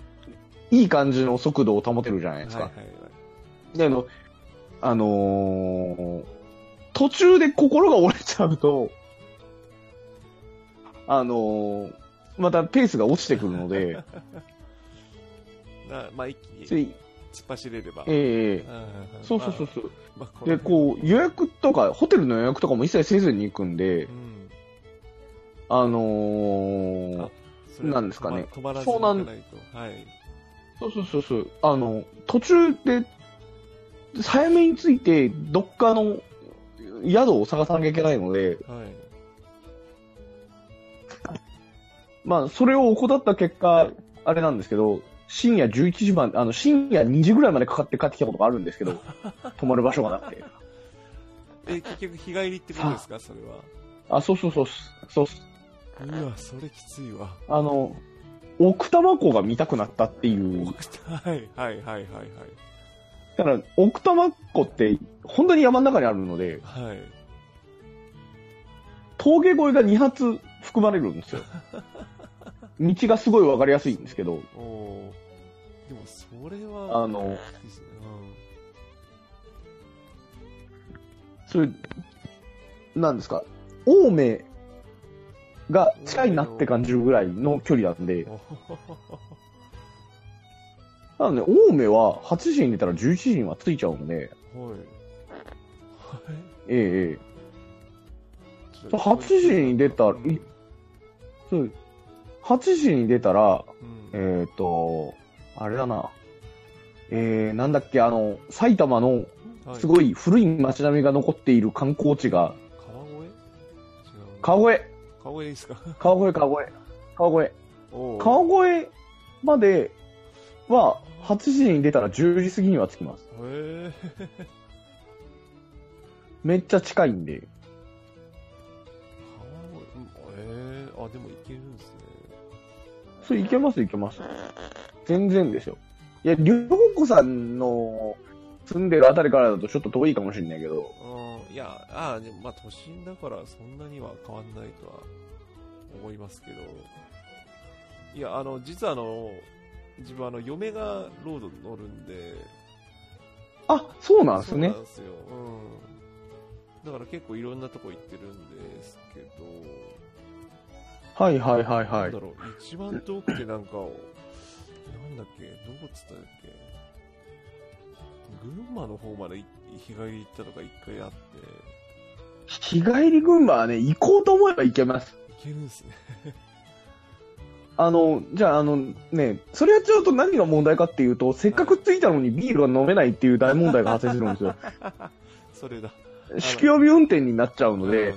Speaker 2: いい感じの速度を保てるじゃないですか。
Speaker 1: はいはいはい。
Speaker 2: で、あの、あのー途中で心が折れちゃうと、あのーまたペースが落ちてくるので、
Speaker 1: なまあ、一気に
Speaker 2: つ
Speaker 1: 突っ
Speaker 2: い
Speaker 1: 走れれば。
Speaker 2: ええ
Speaker 1: うん
Speaker 2: そうそうそう。そう。
Speaker 1: まあまあ
Speaker 2: で、こう、予約とか、ホテルの予約とかも一切せずに行くんで
Speaker 1: う、ん。
Speaker 2: あのー
Speaker 1: あそれは
Speaker 2: なんですかね
Speaker 1: 止ま止まらず
Speaker 2: そうなん
Speaker 1: 行かないと。はい。
Speaker 2: そうそうそうそう、あの、途中で、早めに着いて、どっかの宿を探さなきゃいけないので、
Speaker 1: はい。
Speaker 2: まあ、それを怠った結果、あれなんですけど、深夜11時まで、あの、深夜2時ぐらいまでかかって帰ってきたことがあるんですけど、泊まる場所がなくて。
Speaker 1: え、結局、日帰りってことですか、それは。
Speaker 2: あ、そうそうそうっす、そうっす。
Speaker 1: うわ、それきついわ。
Speaker 2: あの、奥多摩湖が見たくなったっていう。
Speaker 1: はいはいはいはい
Speaker 2: だから、奥多摩湖って、本当に山の中にあるので、
Speaker 1: はい。はい。
Speaker 2: 峠越えが2発含まれるんですよ。道がすごいわかりやすいんですけど、
Speaker 1: おお。でも、それは、
Speaker 2: あの、
Speaker 1: いいですね
Speaker 2: そういう、なんですか、青梅が近いなって感じるぐらいの距離なんで
Speaker 1: うん。、おほほほほ
Speaker 2: なので、青梅は8時に出たら11時には着いちゃうんで、
Speaker 1: ほはい。はい。
Speaker 2: ええええ、8時に出た
Speaker 1: うん
Speaker 2: いそう8時に出たら、
Speaker 1: うん
Speaker 2: えっ、と、あれだな。えー、なんだっけ、あの、埼玉の
Speaker 1: はい
Speaker 2: すごい古い街並みが残っている観光地が、
Speaker 1: 川越違う
Speaker 2: 川越、
Speaker 1: 川越でいいですか
Speaker 2: 川越、川越、川越、
Speaker 1: おー
Speaker 2: 川越までは、8時に出たら10時過ぎには着きます。
Speaker 1: へえ。
Speaker 2: めっちゃ近いんで。
Speaker 1: 浜森うんえー、あ、でもいけるんですね。
Speaker 2: それいけますいけます。全然ですよ。いや、両子さんの住んでるあたりからだとちょっと遠いかもしれないけど、
Speaker 1: うん、いや、あでもまあ都心だからそんなには変わんないとは思いますけど、いや、あの、実はあの、自分あの、嫁がロードに乗るんで、
Speaker 2: あ、そうなんです
Speaker 1: そう
Speaker 2: ね
Speaker 1: な。んですよ。うん。だから結構いろんなとこ行ってるんですけど、
Speaker 2: はいはいはいは
Speaker 1: ないんだ。ろう、一番遠くてなんか、なんだっけ、どこっつったんだっけ、群馬の方までい日帰り行ったとか一回あって、
Speaker 2: 日帰り群馬はね、行こうと思えば行けます。
Speaker 1: 行けるんですね。
Speaker 2: あの、じゃああのね、それやっちゃうと何が問題かっていうと、せっかく着いたのにビールが飲めないっていう大問題が発生するんで すよ。
Speaker 1: それだ。
Speaker 2: 酒気帯び運転になっちゃうの
Speaker 1: う
Speaker 2: で
Speaker 1: ん、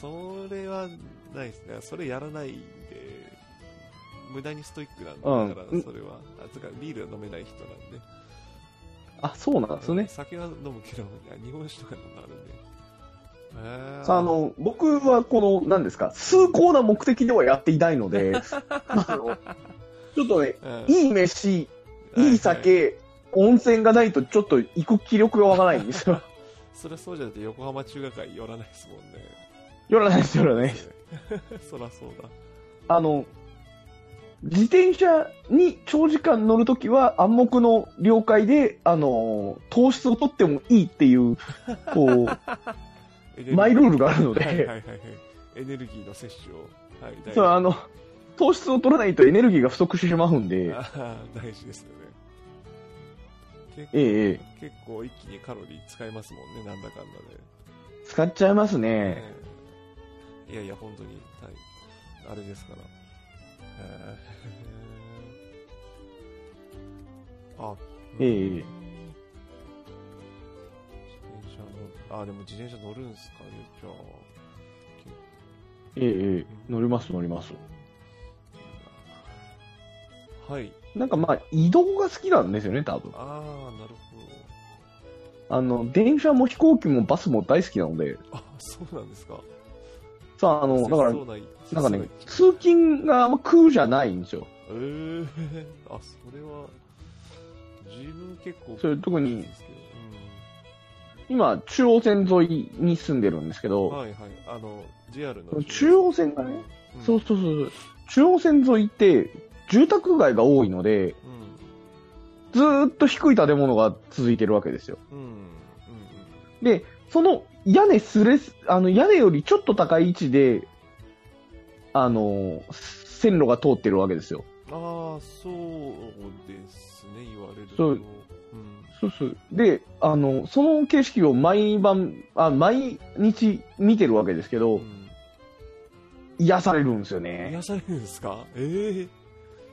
Speaker 1: それはないですね。それやらないんで、無駄にストイックなんで
Speaker 2: うん
Speaker 1: だから、それは。あ、つうか、ビールは飲めない人なんで。
Speaker 2: あ、そうなんですね。
Speaker 1: 酒は飲むけど、いや日本酒とか飲んだらあるんで。へー
Speaker 2: さあ、あ、の、僕はこの、何ですか、崇高な目的ではやっていない ので、あのちょっとね、
Speaker 1: うん
Speaker 2: いい飯、いい酒、
Speaker 1: はは
Speaker 2: 温泉がないとちょっと行く気力がわからないん ですよ。
Speaker 1: それはそうじゃなくて、横浜中華街寄らないですもんね。
Speaker 2: よらないですよらないです。
Speaker 1: そらそうだ。
Speaker 2: あの、自転車に長時間乗るときは暗黙の了解で、あの、糖質を取ってもいいっていう、こ
Speaker 1: エネ
Speaker 2: う、
Speaker 1: ルギー
Speaker 2: マイルールがあるの
Speaker 1: はいはい
Speaker 2: で、
Speaker 1: はいはい。エネルギーの摂取を。はい、大
Speaker 2: そう、あの、糖質を取らないとエネルギーが不足してしまうんで、
Speaker 1: あー 大事ですよね。結構
Speaker 2: ええええ、
Speaker 1: 結構一気にカロリー使いますもんね、なんだかんだで。
Speaker 2: 使っちゃいますね。
Speaker 1: ええいやいや、本当に、はい、あれですから。ええあ、うん
Speaker 2: ええええ
Speaker 1: 自転車乗る、あ、でも自転車乗るんすかね、じゃあ。
Speaker 2: ええええ、乗ります乗ります。
Speaker 1: はい。
Speaker 2: なんかまあ、移動が好きなんですよね、多分。
Speaker 1: ああ、なるほ
Speaker 2: あの、電車も飛行機もバスも大好きなので、
Speaker 1: ど。あ、そうなんですか。
Speaker 2: さあ、あの、だから、
Speaker 1: 切相
Speaker 2: なんかね、
Speaker 1: 切
Speaker 2: 通勤があんま苦じゃないんですよ。
Speaker 1: えー、あ、それは、自分結構、
Speaker 2: それ特に
Speaker 1: ですけど
Speaker 2: 今、中央線沿いに住んでるんですけ
Speaker 1: うん
Speaker 2: ど、
Speaker 1: はいはい、あの、JR の。
Speaker 2: 中央線がね、
Speaker 1: うん
Speaker 2: そうそうそう、中央線沿いって、住宅街が多いので、
Speaker 1: うん。
Speaker 2: ずーっと低い建物が続いてるわけですよ。
Speaker 1: うん。うん。うん
Speaker 2: で、その屋根すれす、あの、屋根よりちょっと高い位置で、あの、線路が通ってるわけですよ。
Speaker 1: ああ、そうですね、言われると。
Speaker 2: そう
Speaker 1: うん。
Speaker 2: そうそう。で、あの、その景色を毎晩、あ、毎日見てるわけですけど、
Speaker 1: うん
Speaker 2: 癒されるんですよね。
Speaker 1: 癒されるんですかえ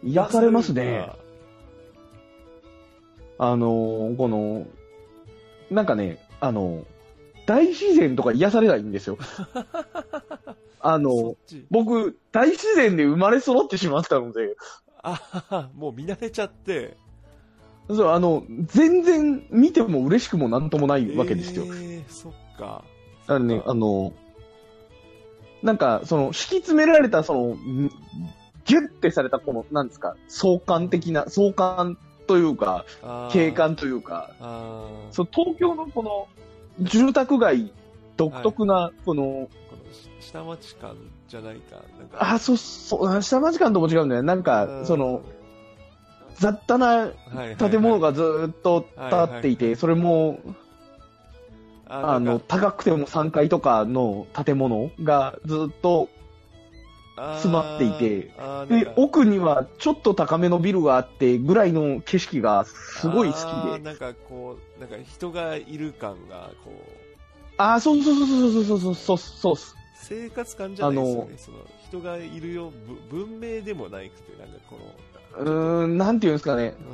Speaker 1: え
Speaker 2: 癒されます
Speaker 1: 癒さる
Speaker 2: ね
Speaker 1: ん。だ
Speaker 2: あの、この、なんかね、あの、大自然とか癒されないん ですよ。あ
Speaker 1: そっ
Speaker 2: の、
Speaker 1: ち。
Speaker 2: 僕、大自然で生まれ育ってしまったので、
Speaker 1: あはは、もう見慣れちゃって。
Speaker 2: そう、あの、全然見ても嬉しくもなんともないわけですよ。
Speaker 1: ええそっか。
Speaker 2: あのね、あの、なんか、その、敷き詰められた、その、んギュッてされた、この、なんですか、相関的な、相関というか、
Speaker 1: あー
Speaker 2: 景。観というか、
Speaker 1: ああ、
Speaker 2: そう、東京のこの、住宅街独特な、この、
Speaker 1: このし下町感じゃないか。なんか
Speaker 2: あ、そう、そう、あ下町感とも違うんだよね。なん
Speaker 1: う
Speaker 2: か、
Speaker 1: ん
Speaker 2: その、雑多な
Speaker 1: はいはいはい
Speaker 2: 建物がずーっと建っていて、それも、
Speaker 1: あ
Speaker 2: あ
Speaker 1: の
Speaker 2: の、、高くても3階とかの建物がずーっと詰まっていて
Speaker 1: あー、
Speaker 2: で、
Speaker 1: っ
Speaker 2: 奥にはちょっと高めのビルがあってぐらいの景色がすごい好きで。
Speaker 1: なんかこう、なんか人がいる感が、こう、
Speaker 2: ああ、そうそうそうそうそうそうそうそう。
Speaker 1: 生活感じゃないですよ
Speaker 2: あ
Speaker 1: ね。その人がいるよ、ぶ文明でもないくて、なんかこの、
Speaker 2: うーん、なんていうんですかね
Speaker 1: う。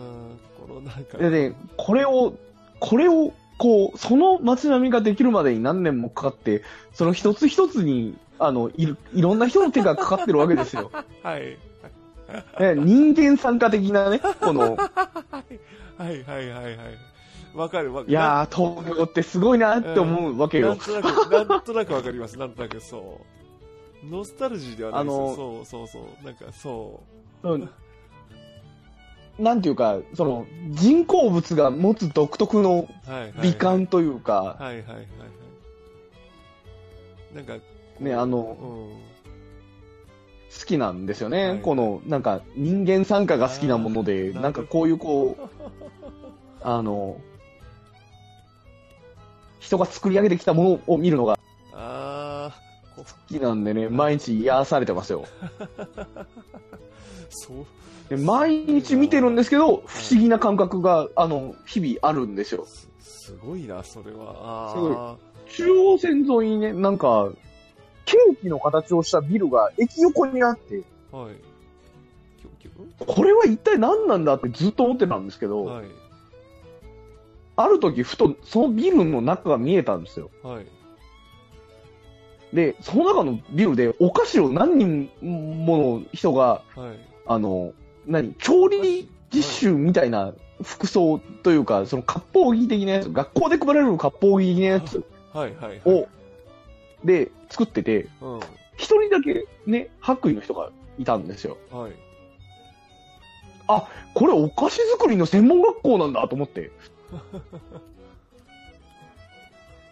Speaker 1: ーん、このなんか、
Speaker 2: でね、これを、これを、こう、その街並みができるまでに何年もかかって、その一つ一つに、あの、いるいろんな人の手がかかってるわけですよ。
Speaker 1: はい。
Speaker 2: ね人間参加的なね、この、
Speaker 1: はいはいはいはい。わかるわかる。
Speaker 2: いやー、東京ってすごいなって思うわけ
Speaker 1: な
Speaker 2: よ
Speaker 1: ん。となく、なんとなくわかります。なんとなく、そう。ノスタルジーではないですよ
Speaker 2: あの
Speaker 1: そうそうそう。なんか、そう。
Speaker 2: うんなんていうか、その、人工物が持つ独特
Speaker 1: は
Speaker 2: の
Speaker 1: いはい、はい。
Speaker 2: 美観というか、
Speaker 1: はいはいはいはい。なんか、
Speaker 2: ね、あの、
Speaker 1: うん。
Speaker 2: 好きなんですよ
Speaker 1: は
Speaker 2: ね
Speaker 1: い。
Speaker 2: この、なんか、人間参加が好きなもので、
Speaker 1: あー
Speaker 2: なんかこういうこう、あの、人が作り上げてきたものを見るのが
Speaker 1: ああ、こ
Speaker 2: 好きなんでね、毎日癒されてますよ。
Speaker 1: そう。
Speaker 2: で毎日見てるんですけど、不思議な感覚が、あの、日々あるんですよ。
Speaker 1: すすごいな、それは。あー
Speaker 2: すごい中央線沿いにね、なんか、ケーキの形をしたビルが駅横にあって、
Speaker 1: はい。キュンキュン
Speaker 2: これは一体何なんだってずっと思ってたんですけど、
Speaker 1: はい。
Speaker 2: ある時ふとそのビルの中が見えたんですよ。
Speaker 1: はい。
Speaker 2: で、その中のビルでお菓子を何人もの人が、
Speaker 1: はい。
Speaker 2: あの、何、調理実習みたいな服装というか、その割烹着的なやつ、学校で配られる割烹着的なやつ
Speaker 1: はいはいはい。
Speaker 2: を、で、作ってて、
Speaker 1: うん。
Speaker 2: 一人だけね、白衣の人がいたんですよ。
Speaker 1: はい。
Speaker 2: これお菓子作りの専門学校なんだと思って。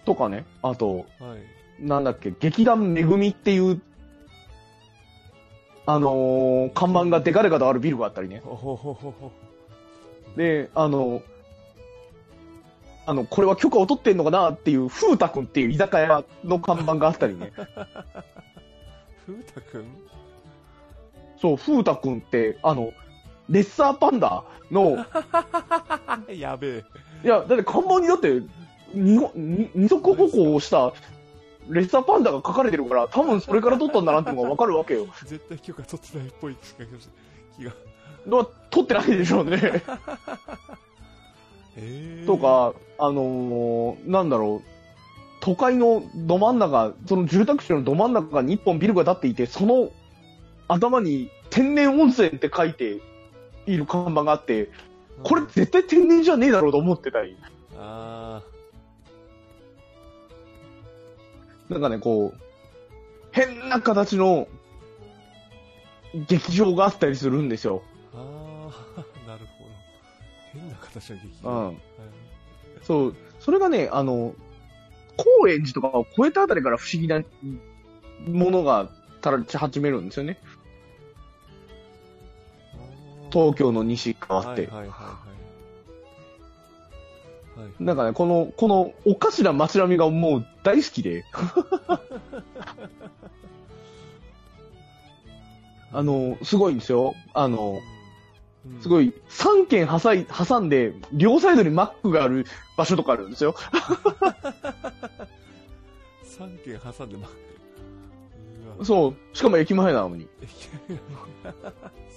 Speaker 2: とかね、あと、
Speaker 1: はい。
Speaker 2: なんだっけ、劇団めぐみっていう、あのー看板がデカデカとあるビルがあったりね。
Speaker 1: ほほほほほ。
Speaker 2: で、あのあの、これは許可を取ってんのかなっていう、風太くんっていう居酒屋の看板があったりね。
Speaker 1: ふうたくん
Speaker 2: そう、風太くんって、あの、レッサーパンダの、
Speaker 1: あ、やべえ。
Speaker 2: いや、だって看板にだって、二本二二足歩行をした、レッサーパンダが書かれてるから、多分それから撮ったんだなってのがわかるわけよ。
Speaker 1: 絶対許可取ってないっぽい気がします気が。
Speaker 2: だから撮ってないでしょうね。
Speaker 1: ええ。
Speaker 2: とか、あのーなんだろう、都会のど真ん中、その住宅地のど真ん中に一本ビルが建っていて、その頭に天然温泉って書いている看板があって、
Speaker 1: うん、
Speaker 2: これ絶対天然じゃねえだろうと思ってたり、
Speaker 1: あ
Speaker 2: なんかね、こう、変な形の劇場があったりするんですよ。
Speaker 1: あ、ああ、なるほど。変な形の劇
Speaker 2: う
Speaker 1: 場。
Speaker 2: ん。そう、それがね、あの、高円寺とかを超えたあたりから不思議なものが垂らし始めるんですよね。東京の西側って。
Speaker 1: はいはいはいはい。はい
Speaker 2: なんかね、この、この、おかしな街並みがもう大好きで。あの、すごいんですよ。あの、
Speaker 1: うん
Speaker 2: すごい、3軒挟い挟んで、両サイドにマックがある場所とかあるんですよ。
Speaker 1: 三軒挟んでまくうわ
Speaker 2: そう。しかも駅前なのに。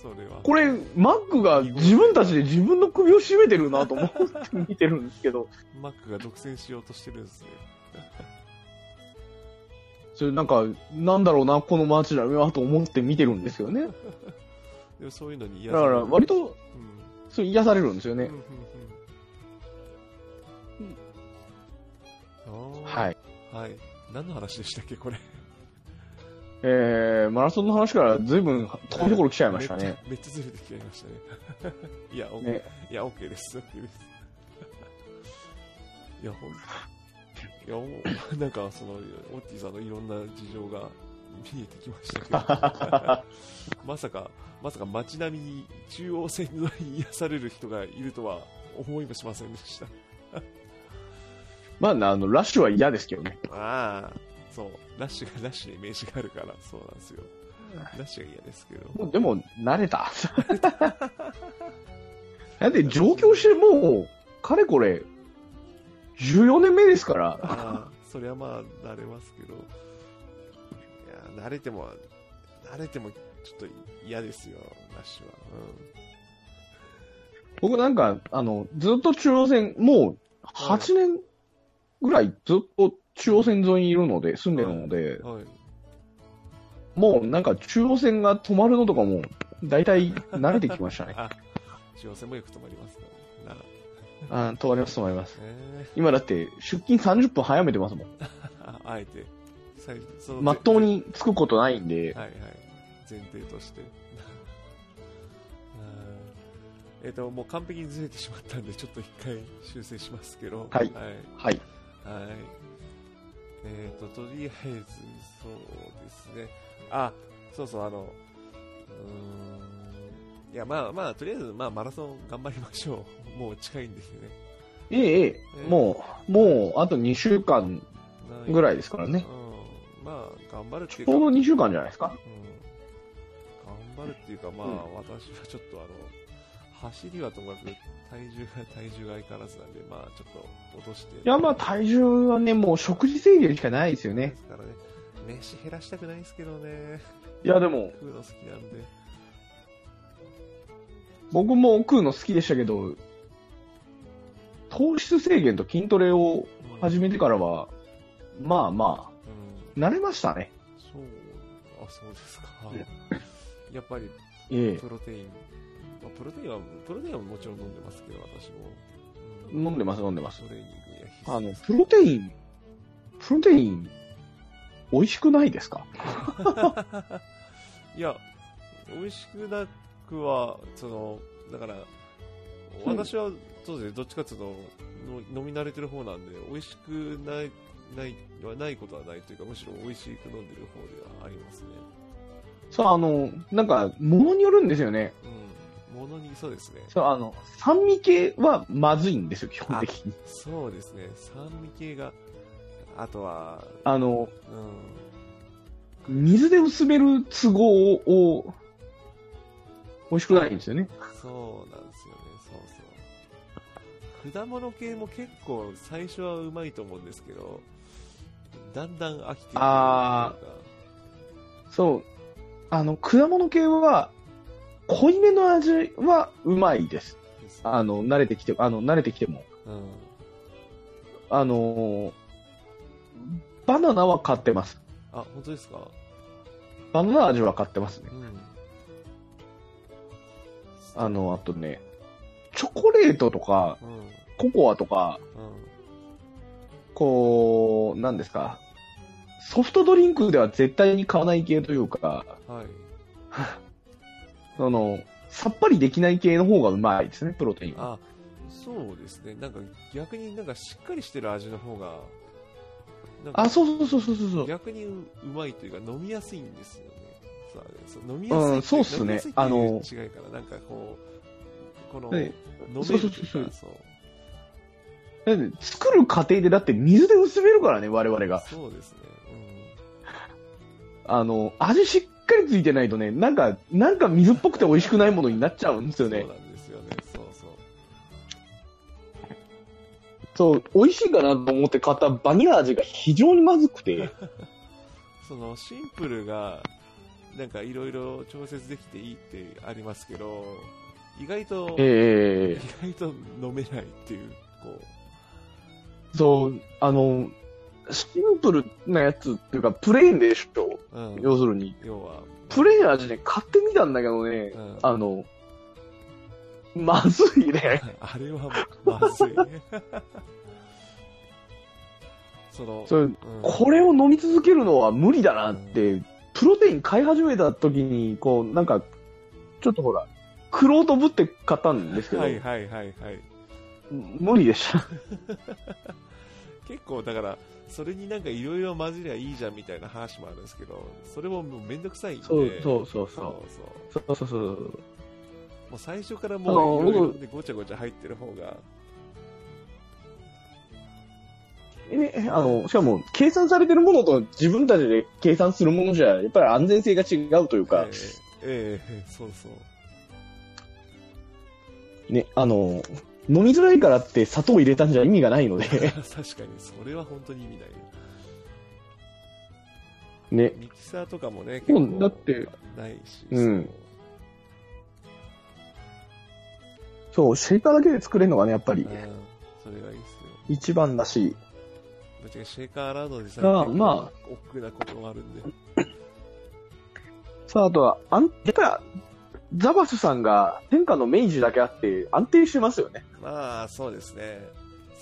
Speaker 1: それは
Speaker 2: これ、マックが自分たちで自分の首を絞めてるなと思って見てるんですけど、
Speaker 1: マックが独占しようとしてるんですね
Speaker 2: それなんか、なんだろうな、この街並みはと思って見てるんですよね。
Speaker 1: でもそういうのに
Speaker 2: だ
Speaker 1: 嫌
Speaker 2: から、割と、
Speaker 1: うん
Speaker 2: そう癒されるんですよ
Speaker 1: うん
Speaker 2: ね
Speaker 1: うん。うんあ
Speaker 2: はい。
Speaker 1: ーはい何の話でしたっけこれ
Speaker 2: えー、マラソンの話から随分遠いところ来ちゃいました
Speaker 1: めっ
Speaker 2: ね
Speaker 1: ち。ゃめっちゃずれてきちゃいましたね いやお
Speaker 2: ね
Speaker 1: いや OK です OK です いやほんいやお なんかそのオッティさんのいろんな事情が見えてきましたけど まさかまさか街並みに中央線のに癒される人がいるとは思いもしませんでした
Speaker 2: まあ、あの、ラッシュは嫌ですけどね。
Speaker 1: ああそうラッシュがラッシュのイメージがあるからそうなんですよラッシュが嫌ですけど
Speaker 2: もうでも、慣れた。 だって上京してもう、かれこれ、14年目ですから、
Speaker 1: ああそりゃまあ慣れますけどいや慣れても慣れてもちょっと嫌ですよラッシュは、
Speaker 2: 僕なんか、あの、ずっと中央線、もう、8年ぐらいずっと中央線沿いにいるので、住んでるので
Speaker 1: う、ん、はい
Speaker 2: もうなんか中央線が止まるのとかも、大体慣れてきましたね。
Speaker 1: あ、中央線もよく止まりますから、ね。
Speaker 2: あ止まります、止まります。
Speaker 1: え
Speaker 2: 今だって、出勤30分早めてますもん。
Speaker 1: ー、あえ て、最そ
Speaker 2: まっとうに着くことないんで、
Speaker 1: はいはい。前提として。 うんえっ、と、もう完璧にずれてしまったんで、ちょっと一回修正しますけど。
Speaker 2: は
Speaker 1: はい。
Speaker 2: いはい。
Speaker 1: はいえっ、と、とりあえず、そうですね。あ、そうそう、あの、うーん。いや、まあまあ、とりあえず、まあ、マラソン頑張りましょう。 もう近いんですね。
Speaker 2: ええ、ええ、もう、もう、あと2週間
Speaker 1: ない
Speaker 2: ぐらいですからね。
Speaker 1: うん。まあ、頑張るって
Speaker 2: ち
Speaker 1: い
Speaker 2: ょ
Speaker 1: う
Speaker 2: う
Speaker 1: か。
Speaker 2: ど2週間じゃないですか。
Speaker 1: うん、頑張るっていうか、まあ、
Speaker 2: うん
Speaker 1: 私はちょっとあの、走りはともかく、体重が、体重が相変わらずなんで、まあ、ちょっと落として。
Speaker 2: いや、まあ体重はね、もう食事制限しかないですよ
Speaker 1: で
Speaker 2: ね。
Speaker 1: すからね。飯減らしたくないですけどね。
Speaker 2: いや、でも、
Speaker 1: 食うの好きなんで。
Speaker 2: 僕も食うの好きでしたけど、糖質制限と筋トレを
Speaker 1: うん
Speaker 2: 始めてからは、まあま
Speaker 1: うん。
Speaker 2: あ、慣れましたね。
Speaker 1: そう、あ、そうですか。 やっぱり、
Speaker 2: ええ。
Speaker 1: プロテイン。まあ、プロテインは、プロテインはもちろん飲んでますけど、私も。う
Speaker 2: 飲んでます、飲んでます。
Speaker 1: トレーニングや必須
Speaker 2: あの、プロテイン、プロテイン、美味しくないですか
Speaker 1: いや、美味しくなくは、その、だから、
Speaker 2: うん
Speaker 1: 私は、そうですね、どっちかっていうとの、飲み慣れてる方なんで、美味しくない、ない、はないことはないというか、むしろ美味しく飲んでる方ではありますね。
Speaker 2: そう、あの、なんか、ものによるんですよね。
Speaker 1: うん。ものに、そうですね。
Speaker 2: そう、あの、酸味系はまずいんですよ、基本的に。
Speaker 1: そうですね、酸味系が、あとは、
Speaker 2: あの、
Speaker 1: うん。
Speaker 2: 水で薄める都合を、美味しくないんですよね。
Speaker 1: そうなんですよね、そうそう。果物系も結構最初はうまいと思うんですけど、だんだん飽きてくる
Speaker 2: あそう。あの、果物系は、濃いめの味はうまいです。
Speaker 1: というか
Speaker 2: あの、慣れてきて、あの、慣れてきても。
Speaker 1: うん。
Speaker 2: あのーバナナは買ってます。
Speaker 1: あ、本当ですか
Speaker 2: バナナ味は買ってますね
Speaker 1: う。ん。
Speaker 2: あの、あとね、チョコレートとか、
Speaker 1: うん。うん。
Speaker 2: ココアとか、こう、なんですか。ソフトドリンクでは絶対に買わない系というか、
Speaker 1: はい。
Speaker 2: その、さっぱりできない系の方がうまいですね、プロテインは。
Speaker 1: あ、そうですね。なんか逆になんかしっかりしてる味の方が、なんか
Speaker 2: あ、そうそうそうそうそうそう。
Speaker 1: 逆にううまいというか飲みやすいんですよね。そうそう飲みやすいってい
Speaker 2: うんそうっすね
Speaker 1: 飲みやすいっていう
Speaker 2: あの
Speaker 1: 違いかな。なんかこう、この、
Speaker 2: ね
Speaker 1: 飲
Speaker 2: そ
Speaker 1: め
Speaker 2: う
Speaker 1: る
Speaker 2: そう
Speaker 1: ってい
Speaker 2: そうう
Speaker 1: か、そう。
Speaker 2: だって作る過程でだって水で薄めるからね、我々が。
Speaker 1: そうですね。
Speaker 2: あの、味しっかりついてないとね、なんか、なんか水っぽくて美味しくないものになっちゃうんです
Speaker 1: うん。
Speaker 2: よね
Speaker 1: そう。なんですよね。そうそう。
Speaker 2: そう、美味しいかなと思って買ったバニラ味が非常にまずくて。
Speaker 1: そのシンプルが、なんかいろいろ調節できていいってありますけど、意外と、
Speaker 2: ええ
Speaker 1: 意外と飲めないっていう、こう。
Speaker 2: そう、あの、シンプルなやつっていうか、プレーンでしょ
Speaker 1: うん、
Speaker 2: 要するに。
Speaker 1: 要は、
Speaker 2: プレーン味ね、買ってみたんだけどね
Speaker 1: う、ん、あ
Speaker 2: あの、まずいね。
Speaker 1: れはまずい。 その、
Speaker 2: そう
Speaker 1: うん
Speaker 2: これを飲み続けるのは無理だなって、プロテイン買い始めた時に、こう、なんか、ちょっとほら、クロートぶって買ったんですけど、
Speaker 1: はいはいはいはい。
Speaker 2: 無理でした。
Speaker 1: 結構だから、それになんかいろいろ混じりゃいいじゃんみたいな話もあるんですけど、それももうめんどくさいんで。
Speaker 2: そうそうそう
Speaker 1: そ
Speaker 2: そう
Speaker 1: そう。
Speaker 2: う。そうそうそう。
Speaker 1: もう最初からもう
Speaker 2: あ
Speaker 1: い
Speaker 2: の
Speaker 1: ろいろ
Speaker 2: 僕
Speaker 1: でごちゃごちゃ入ってる方が、
Speaker 2: ね、あの、しかも、計算されてるものと自分たちで計算するものじゃ、やっぱり安全性が違うというか、
Speaker 1: ええええそうそう。
Speaker 2: ね、あの、飲みづらいからって砂糖入れたんじゃ意味がないので、
Speaker 1: 確かに、それは本当に意味ない。
Speaker 2: ね、
Speaker 1: ミキサーとかもね、結
Speaker 2: う
Speaker 1: 構
Speaker 2: んだって
Speaker 1: ないし、
Speaker 2: うん そう、シェイカーだけで作れるのがね、やっぱり
Speaker 1: そう、うんそれがいいですよ。
Speaker 2: 一番だし、
Speaker 1: ぶっちゃけシェーカーラードでさ
Speaker 2: ああ
Speaker 1: 結構
Speaker 2: ま
Speaker 1: 億劫なこともあるんで。
Speaker 2: さあ、あとは、あん、やっぱザバスさんが天下の明治だけあって安定してますよね。
Speaker 1: まあ、そうですね。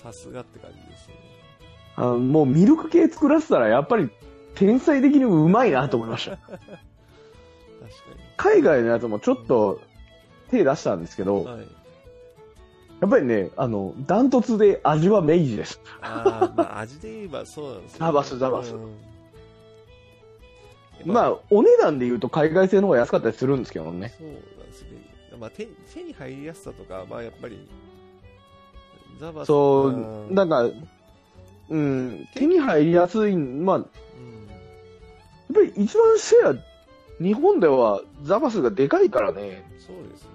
Speaker 1: さすがって感じですね。
Speaker 2: あのもうミルク系作らせたらやっぱり天才的にもうまいなと思い ました。
Speaker 1: 確
Speaker 2: 海外のやつもちょっと手出したんですけど、
Speaker 1: かに。はい。
Speaker 2: やっぱりね、あの、ダントツで味は明治です。
Speaker 1: ああ、ま あ、味で言えばそうなんですよ
Speaker 2: ザバスザバス
Speaker 1: うん
Speaker 2: まあ、お値段で言うと海外製の方が安かったりするんですけどね。
Speaker 1: そうなんですね。まあ、手手に入りやすさとか、まあ、やっぱり、ザバス
Speaker 2: そ
Speaker 1: ん
Speaker 2: う、なんか、うん、手に入りやすい、まあ、やっ
Speaker 1: うん
Speaker 2: ぱり一番シェア、日本ではザバスがでかいからね、
Speaker 1: そうですね。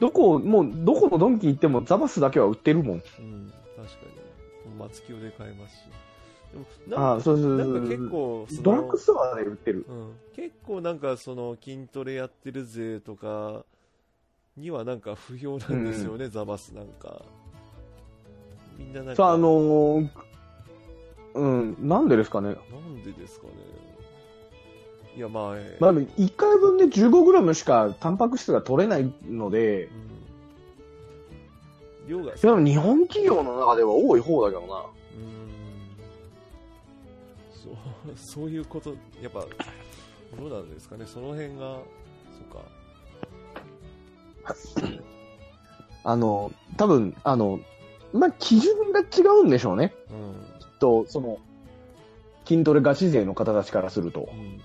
Speaker 2: どこ、もう、どこのドンキ行ってもザバスだけは売ってるも
Speaker 1: う
Speaker 2: ん。
Speaker 1: ん、確かに。松清で買えますし。でも、
Speaker 2: あ
Speaker 1: なん
Speaker 2: あ、
Speaker 1: か、
Speaker 2: そうそう
Speaker 1: な
Speaker 2: そ
Speaker 1: んか
Speaker 2: う
Speaker 1: 結構、その
Speaker 2: ドラッグストアで売ってる。
Speaker 1: うん、結構なんかその筋トレやってるぜとかにはなんか不評なんですよね、ザバスなんか。みんななんか、
Speaker 2: そう、あのーうん、なんでですかね。
Speaker 1: なんでですかね。いや、まあ、えー
Speaker 2: まあ、1回分で 15g しかタンパク質が取れないので
Speaker 1: う、ん、量が、
Speaker 2: いやでも日本企業の中では多い方だけどな。
Speaker 1: うんそう、そういうこと、やっぱ、どうなんですかね、その辺が、そうか。
Speaker 2: あの、多分、あの、まあ、基準が違うんでしょうね。
Speaker 1: うん。
Speaker 2: きっと、その、筋トレガチ勢の方たちからすると
Speaker 1: う。ん、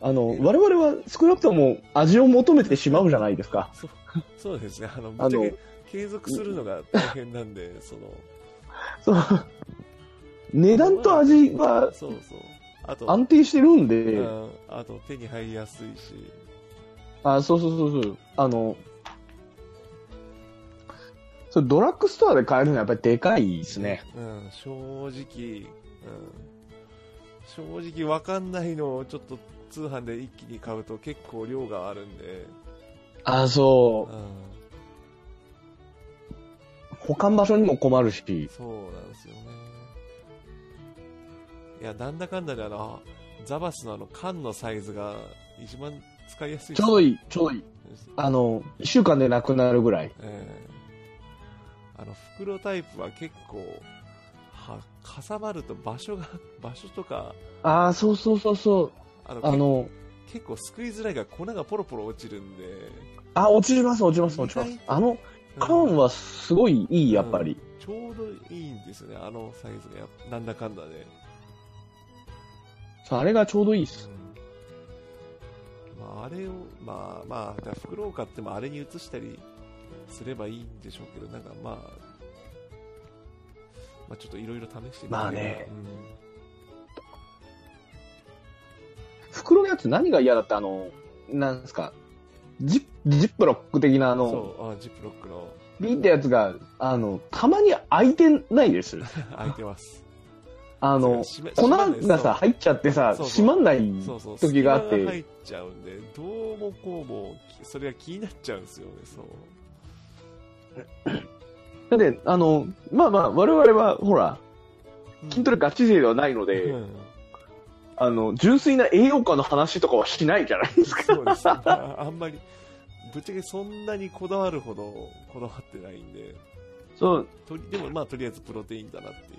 Speaker 2: あの、我々は少なくとも味を求めてしまうじゃないですか。
Speaker 1: そうそうですね、あの、ぶ
Speaker 2: あの
Speaker 1: っちゃけ継続するのが大変なん で、その、
Speaker 2: そう。値段と味は
Speaker 1: そうそう。あと、
Speaker 2: 安定してるん
Speaker 1: う
Speaker 2: で、
Speaker 1: ん、あと手に入りやすいし。
Speaker 2: あ、そうそうそうそう。あの、それドラッグストアで買えるのはやっぱりでかいですね。
Speaker 1: うん、正直、うん、正直わかんないのをちょっと通販で一気に買うと結構量があるんで、
Speaker 2: あ、そう
Speaker 1: う。ん、
Speaker 2: 保管場所にも困るし。
Speaker 1: そうなんですよね。いや、なんだかんだであの、ザバスのあの缶のサイズが一番使いやすい
Speaker 2: ちょうど
Speaker 1: い。
Speaker 2: いい、ちょうどいい。あの、一週間でなくなるぐらい。
Speaker 1: ええあの、袋タイプは結構、は、かさばると場所が、 場所とか、
Speaker 2: ああ、そうそうそうそう。
Speaker 1: あの、
Speaker 2: あの、
Speaker 1: 結構すくいづらいが粉がポロポロ落ちるんで、
Speaker 2: あ、落ちます、落ちます、落ちます。あの、缶はすごいいい、やっぱり。
Speaker 1: ちょうどいいんですよね、あのサイズがやっぱ、なんだかんだで。
Speaker 2: そうあれがちょうどいいっす。
Speaker 1: まあ、あれを、まあまあ、だから袋を買ってもあれに移したりすればいいんでしょうけど、なんかまあ、まあちょっといろいろ試してみて
Speaker 2: まあね
Speaker 1: うん
Speaker 2: 袋のやつ何が嫌だって、あの、なんすか、ジッジップロック的なあの、
Speaker 1: そう、あジップロックの
Speaker 2: ビーってやつが、あの、たまに開いてないです。
Speaker 1: 開いてます。
Speaker 2: あ
Speaker 1: それ
Speaker 2: の、
Speaker 1: 閉め
Speaker 2: 粉
Speaker 1: 閉まんない
Speaker 2: がさ、入っちゃってさ、
Speaker 1: そうそう
Speaker 2: 閉まんない
Speaker 1: そうそうそう、
Speaker 2: 時があっ
Speaker 1: 隙間
Speaker 2: て
Speaker 1: が入。っちゃうんで、どうもこうも、きそれが気になっちゃうんですよね、そう。
Speaker 2: なんで、あの、まあまあ、我々は、ほら、筋ト
Speaker 1: レ
Speaker 2: レガチ勢ではないので、
Speaker 1: うん、
Speaker 2: あの、純粋な栄養価の話とかはしないじ ゃないですか。
Speaker 1: そうですね。ああんまり、ぶっちゃけそんなにこだわるほどこだわってないんで、
Speaker 2: そう、
Speaker 1: とりでもまあとりあえずプロテインだなっていう。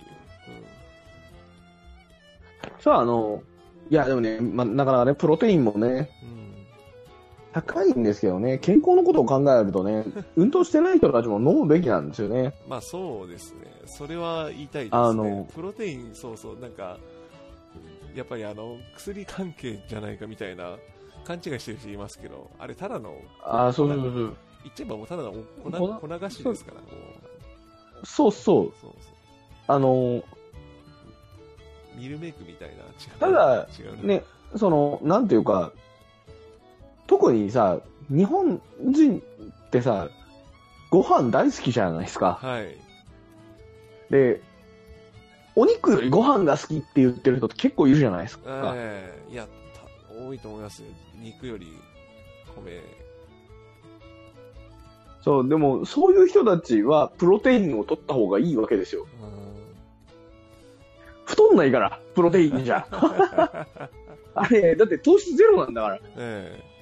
Speaker 2: そうあの、いやでもね、まあ、なかなかね、プロテインもね、
Speaker 1: うん。うん
Speaker 2: 高いんですけどね、健康のことを考えると ね、運動してない人たちも飲むべきなんですよね。
Speaker 1: まあそうですね。それは言いたいですね。
Speaker 2: あの
Speaker 1: プロテイン、そうそう、なんか、やっぱりあの、薬関係じゃないかみたいな、勘違いしてる人いますけど、あれただの、
Speaker 2: ああ、そうそうそう
Speaker 1: 言っちゃえばもうただのお粉、粉
Speaker 2: 粉
Speaker 1: 菓子ですから、もう。
Speaker 2: そう。そうそう。
Speaker 1: そうそ
Speaker 2: あの、
Speaker 1: う。ミルメイクみたいな。違う。
Speaker 2: ただ、
Speaker 1: 違うな。
Speaker 2: ね、その、なんていうか、特にさ、日本人ってさ、ご飯大好きじゃないですか。
Speaker 1: はい。
Speaker 2: で、お肉よりご飯が好きって言ってる人って結構いるじゃないですか。
Speaker 1: ええいや、た多いと思いますよ。肉より米。
Speaker 2: そう、でも、そういう人たちは、プロテインを取った方がいいわけですよ。
Speaker 1: うん。
Speaker 2: 太んないから、プロテインじゃ。あれ、だって糖質ゼロなんだから。
Speaker 1: ええ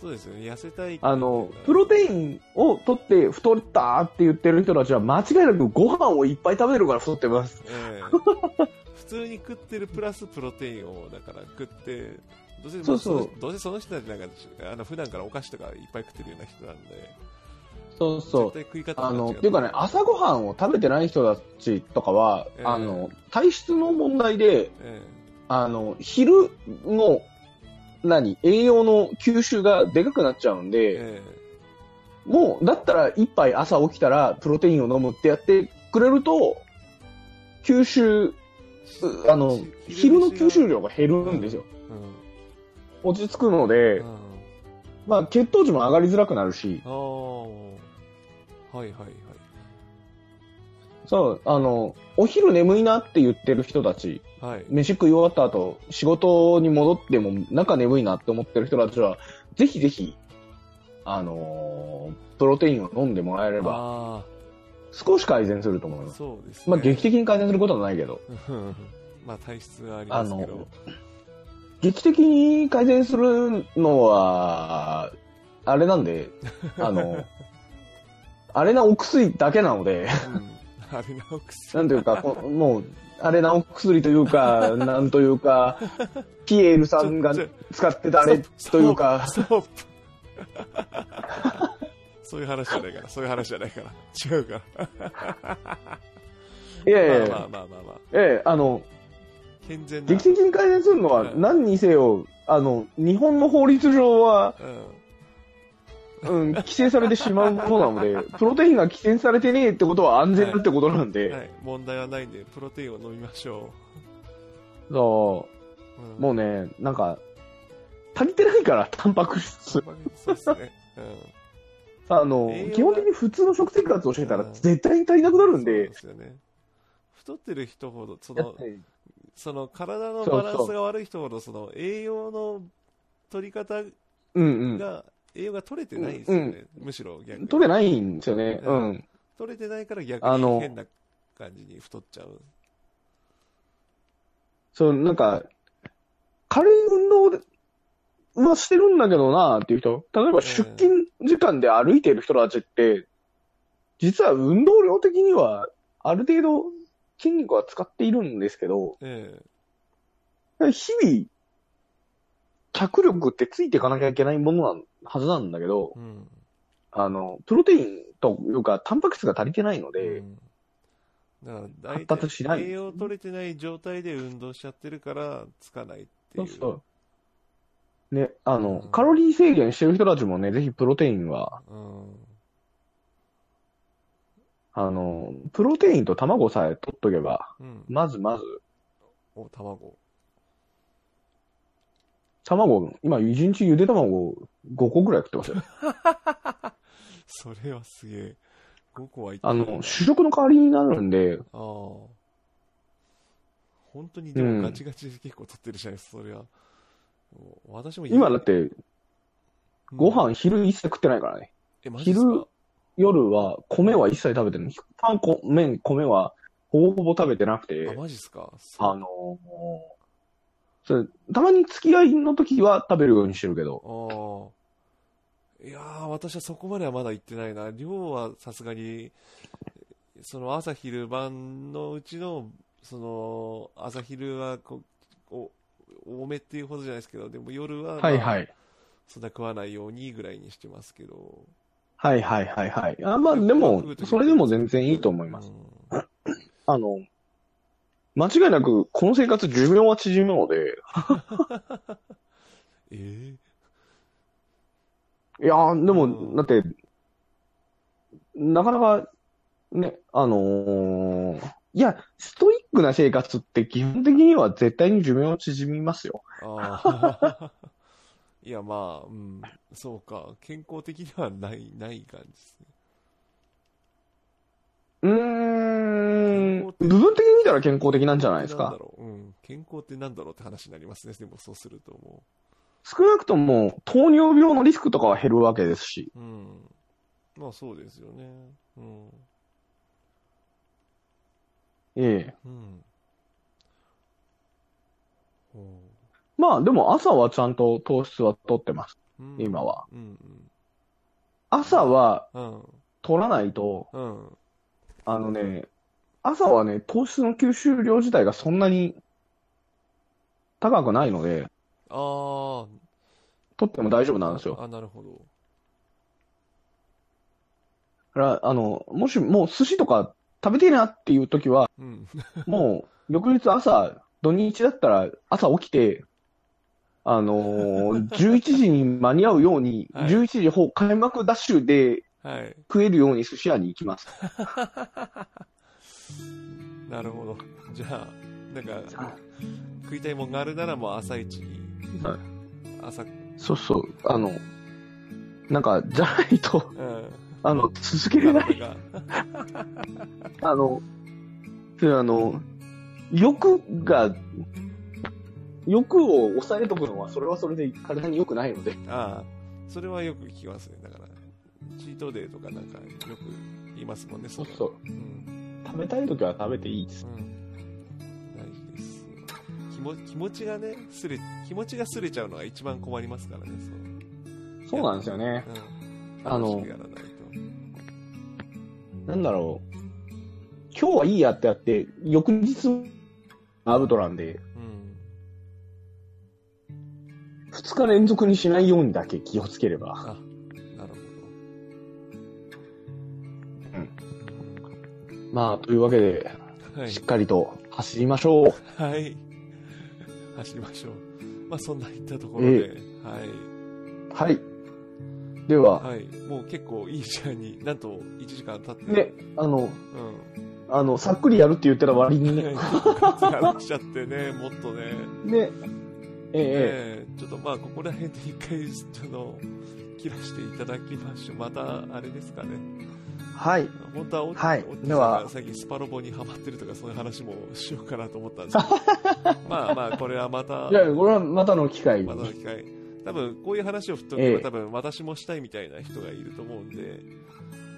Speaker 1: そうですよね。痩せたい。
Speaker 2: あの、プロテインを取って太ったって言ってる人たちは間違いなくご飯をいっぱい食べてるから太ってます。
Speaker 1: ええ普通に食ってるプラスプロテインを、だから食って、どうせ、
Speaker 2: そうそう
Speaker 1: まあどうせその人たちなんか、あの、普段からお菓子とかいっぱい食ってるような人なんで、
Speaker 2: そうそう
Speaker 1: 絶。対食い方が
Speaker 2: あ
Speaker 1: 違
Speaker 2: の、っていうかね、朝ごはんを食べてない人たちとかは、
Speaker 1: ええ
Speaker 2: あの、体質の問題で、
Speaker 1: え
Speaker 2: あの、昼の、何、栄養の吸収がでかくなっちゃうん
Speaker 1: え
Speaker 2: で、
Speaker 1: え
Speaker 2: もう、だったら一杯朝起きたらプロテインを飲むってやってくれると、吸収、
Speaker 1: え
Speaker 2: あの、昼の吸収量が減るんですよ。
Speaker 1: うん。
Speaker 2: 落ち着くの
Speaker 1: う
Speaker 2: で、
Speaker 1: ん。
Speaker 2: まあ血糖値も上がりづらくなるし、
Speaker 1: あーはいはいはい。
Speaker 2: そう、あの、お昼眠いなって言ってる人たち、
Speaker 1: はい。
Speaker 2: 飯食い終わった後、仕事に戻っても、なんか眠いなって思ってる人たちは、ぜひぜひ、あのープロテインを飲んでもらえれば、
Speaker 1: あ
Speaker 2: 少し改善すると思い
Speaker 1: あ、
Speaker 2: ます。
Speaker 1: そうです、ね。
Speaker 2: まあ、劇的に改善することはないけど、
Speaker 1: うん まあ、体質はありますけ
Speaker 2: あ
Speaker 1: ど
Speaker 2: の。劇的に改善するのは、あれなんで、あの、あれなお薬だけなので、
Speaker 1: うん。あれなお薬。
Speaker 2: なんというか、こもう、あれなお薬という か、なんというか、ピエールさんが
Speaker 1: ちょちょ
Speaker 2: 使ってたあれというか、
Speaker 1: ストップ。 そういう話じゃないから、そういう話じゃないから。違うから。
Speaker 2: いやいやいや、
Speaker 1: まあまあまあまあまあ。
Speaker 2: ええ、あの、
Speaker 1: 健全な。
Speaker 2: 劇的に改善するの
Speaker 1: は
Speaker 2: はい何にせよ、あの、日本の法律上は、
Speaker 1: うん。
Speaker 2: うん、規制されてしまうもの なので、プロテインが規制されてねえってことは安全だってことなんで、
Speaker 1: はい。問題はないんで、プロテインを飲みましょ
Speaker 2: そう
Speaker 1: う。
Speaker 2: う、も
Speaker 1: う、
Speaker 2: うんね、なんか、足りてないから、タンパク質。
Speaker 1: そうですね。うん。
Speaker 2: あの
Speaker 1: 栄養、が
Speaker 2: 基本的に普通の食生活をしてたら
Speaker 1: うん
Speaker 2: 絶対に足りなくなるん
Speaker 1: そう
Speaker 2: で、
Speaker 1: ですよね。太ってる人ほど、そ
Speaker 2: だっ
Speaker 1: の、
Speaker 2: て
Speaker 1: その体の
Speaker 2: そ
Speaker 1: バ
Speaker 2: うそう
Speaker 1: ランスが悪い人ほど、その栄養の取り方
Speaker 2: うんうん。
Speaker 1: が、栄養が取れてないですよね。むしろ逆に。
Speaker 2: 取れないんですよね。
Speaker 1: う
Speaker 2: うんん。
Speaker 1: 取れてないから逆
Speaker 2: あ
Speaker 1: に
Speaker 2: の
Speaker 1: 変な感じに太っちゃう。
Speaker 2: そう、なんか、軽い運動ではしてるんだけどなっていう人、例えば出勤時間で歩いてる人たちって、実は運動量的にはある程度筋肉は使っているんですけど、
Speaker 1: ええ
Speaker 2: 日々、脚力ってついていかなきゃいけないものなはずなんだけど、
Speaker 1: うん。
Speaker 2: あの、プロテインというか、タンパク質が足りてないので、
Speaker 1: うんだから大
Speaker 2: 発達しな
Speaker 1: 体
Speaker 2: い
Speaker 1: 栄養取れてない状態で運動しちゃってるからつかないっていう。
Speaker 2: うそう。ね、あの、
Speaker 1: うん
Speaker 2: カロリー制限してる人たちもね、ぜひプロテインは、
Speaker 1: うん。
Speaker 2: あの、プロテインと卵さえ取っとけば、
Speaker 1: うん。
Speaker 2: まずまず、
Speaker 1: お、卵。
Speaker 2: 卵、今一日ゆで卵5個ぐらい食ってますよ。
Speaker 1: それはすげえ。5個はいった
Speaker 2: あ
Speaker 1: な
Speaker 2: の、主食の代わりになるんで、
Speaker 1: ああ。本当にで
Speaker 2: うん
Speaker 1: もガチガチで結構取ってるじゃないですか、それは。もう私も
Speaker 2: 今だって
Speaker 1: うん
Speaker 2: ご飯昼一切食ってないからね。
Speaker 1: え、マジですか
Speaker 2: 昼夜は米は一切食べてない。パン、こ麺、米はほぼほぼ食べてなく
Speaker 1: あ、
Speaker 2: て、
Speaker 1: マジですかそう
Speaker 2: あのそれたまに付き合いの時は食べるようにしてるけど、
Speaker 1: ああ。いやー、私はそこまではまだ行ってないな。量はさすがに、その朝昼晩のうちの、その、朝昼はこお多めっていうほどじゃないですけど、でも夜は、
Speaker 2: はいはい
Speaker 1: い。。そんな食わないようにぐらいにしてますけど。
Speaker 2: はいはいはいはい。あまあでも、それでも全然いいと思います。
Speaker 1: うん
Speaker 2: あの、間違いなく、この生活寿命は縮むので、
Speaker 1: えー
Speaker 2: いやー、で
Speaker 1: うん
Speaker 2: も、だって、なかなか、ね、あのーいや、ストイックな生活って基本的には絶対に寿命は縮みますよ。
Speaker 1: ああ。 いや、まあ、うん、そうか。健康的ではない、ない感じですね。
Speaker 2: うーん、部分的に見たら健康的なんじゃないです
Speaker 1: んだ
Speaker 2: か。
Speaker 1: ろう。うん。健康ってなんだろうって話になりますね。でもそうするとも
Speaker 2: 少なくとも、糖尿病のリスクとかは減るわけですし、
Speaker 1: う。うん。まあそうですよね。うん。
Speaker 2: ええ。
Speaker 1: うん。ほう
Speaker 2: まあでも朝はちゃんと糖質は取ってます。
Speaker 1: うん
Speaker 2: 今は。
Speaker 1: うん
Speaker 2: 朝は
Speaker 1: うんうん
Speaker 2: 取らないと、
Speaker 1: うん
Speaker 2: あのね、朝はね、糖質の吸収量自体がそんなに高くないので、
Speaker 1: ああ
Speaker 2: 取っても大丈夫なんですよ。
Speaker 1: あなるほど
Speaker 2: だから、あの、もしもう寿司とか食べてえなっていう 時は、
Speaker 1: うん
Speaker 2: もう翌日朝、土日だったら朝起きて、あの ー、11時に間に合うように、
Speaker 1: はい
Speaker 2: 11時ほ開幕ダッシュで
Speaker 1: はい
Speaker 2: 食えるように寿司屋に行きます。
Speaker 1: なるほどじゃあなんか食いたいもんがあるならもう朝一に、
Speaker 2: はい
Speaker 1: 朝うん
Speaker 2: そうそう、あの、なんか、じゃないと、 あの、続けれ
Speaker 1: な
Speaker 2: な。
Speaker 1: かない か
Speaker 2: あの、それあの、欲が、欲を抑えとくのは、それはそれで体に良くないので。
Speaker 1: ああそれはよく聞きますねだからチートデーとかなんかよく言いますもんねの
Speaker 2: う。
Speaker 1: うん
Speaker 2: 食べたい時は食べていいです。
Speaker 1: うん、大事です気も気持ちがねすれ気持ちがすれちゃうのが一番困りますからね
Speaker 2: そうなんですよね。
Speaker 1: そう、うん、
Speaker 2: あの
Speaker 1: 楽しくやらない
Speaker 2: なんだろう。今日はいいやってやって、翌日、アウトなんで、
Speaker 1: とうん
Speaker 2: 2日連続にしないようにだけ気をつければ。
Speaker 1: あなるほど
Speaker 2: まあ、というわけで、
Speaker 1: うんはい
Speaker 2: しっかりと走りましょう。
Speaker 1: はい走りましょうまあそんないったところで、
Speaker 2: はい。では、
Speaker 1: はい、はい、もう結構いい時間になんと1時間経って
Speaker 2: ね、あの、
Speaker 1: うん
Speaker 2: あの、さっくりやるって言ってた割にね、
Speaker 1: 疲れちゃってねもっとね
Speaker 2: ね、ええ
Speaker 1: ええちょっとまあここら辺で一回ちょっと切らしていただきましょうまたあれですかね
Speaker 2: はい。
Speaker 1: 本当はおっ
Speaker 2: はい
Speaker 1: おっち
Speaker 2: で
Speaker 1: さん
Speaker 2: は
Speaker 1: が最近スパロボにハマってるとかそういう話もしようかなと思ったんですけどまあまあこれはまた
Speaker 2: じゃあ、これはまたの機会に
Speaker 1: またの機会多分こういう話を振っとけば、
Speaker 2: ええ
Speaker 1: 多分私もしたいみたいな人がいると思うんで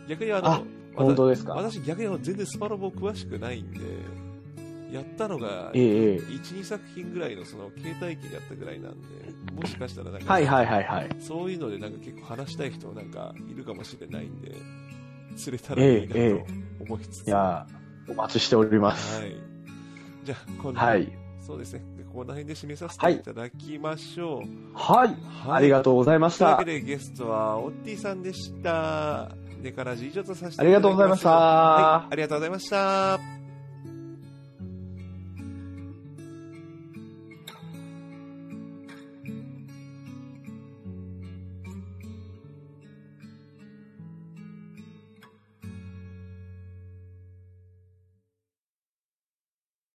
Speaker 1: 逆にあの
Speaker 2: あ
Speaker 1: わた
Speaker 2: 本当ですか
Speaker 1: 私逆にあの全然スパロボ詳しくないんでやったのが
Speaker 2: ええええ
Speaker 1: 12作品ぐらいのその携帯機でやったぐらいなんでもしかしたらなんか、
Speaker 2: はいはいはいはい。
Speaker 1: そういうのでなんか結構話したい人なんかいるかもしれないんで釣れたらいいな
Speaker 2: ええ
Speaker 1: と思いつつ、
Speaker 2: いやーお待ちしております。
Speaker 1: はいじゃあ今度、
Speaker 2: はい。
Speaker 1: そうですねこの辺で締めさせ
Speaker 2: は
Speaker 1: て
Speaker 2: い
Speaker 1: いただきましょう、
Speaker 2: はい。
Speaker 1: はい
Speaker 2: ありがとうございまし
Speaker 1: というわ
Speaker 2: た
Speaker 1: け。でゲストはオッティさんでした。ネから以上とさせて
Speaker 2: ありがとうございました
Speaker 1: はい、ありがとうございました。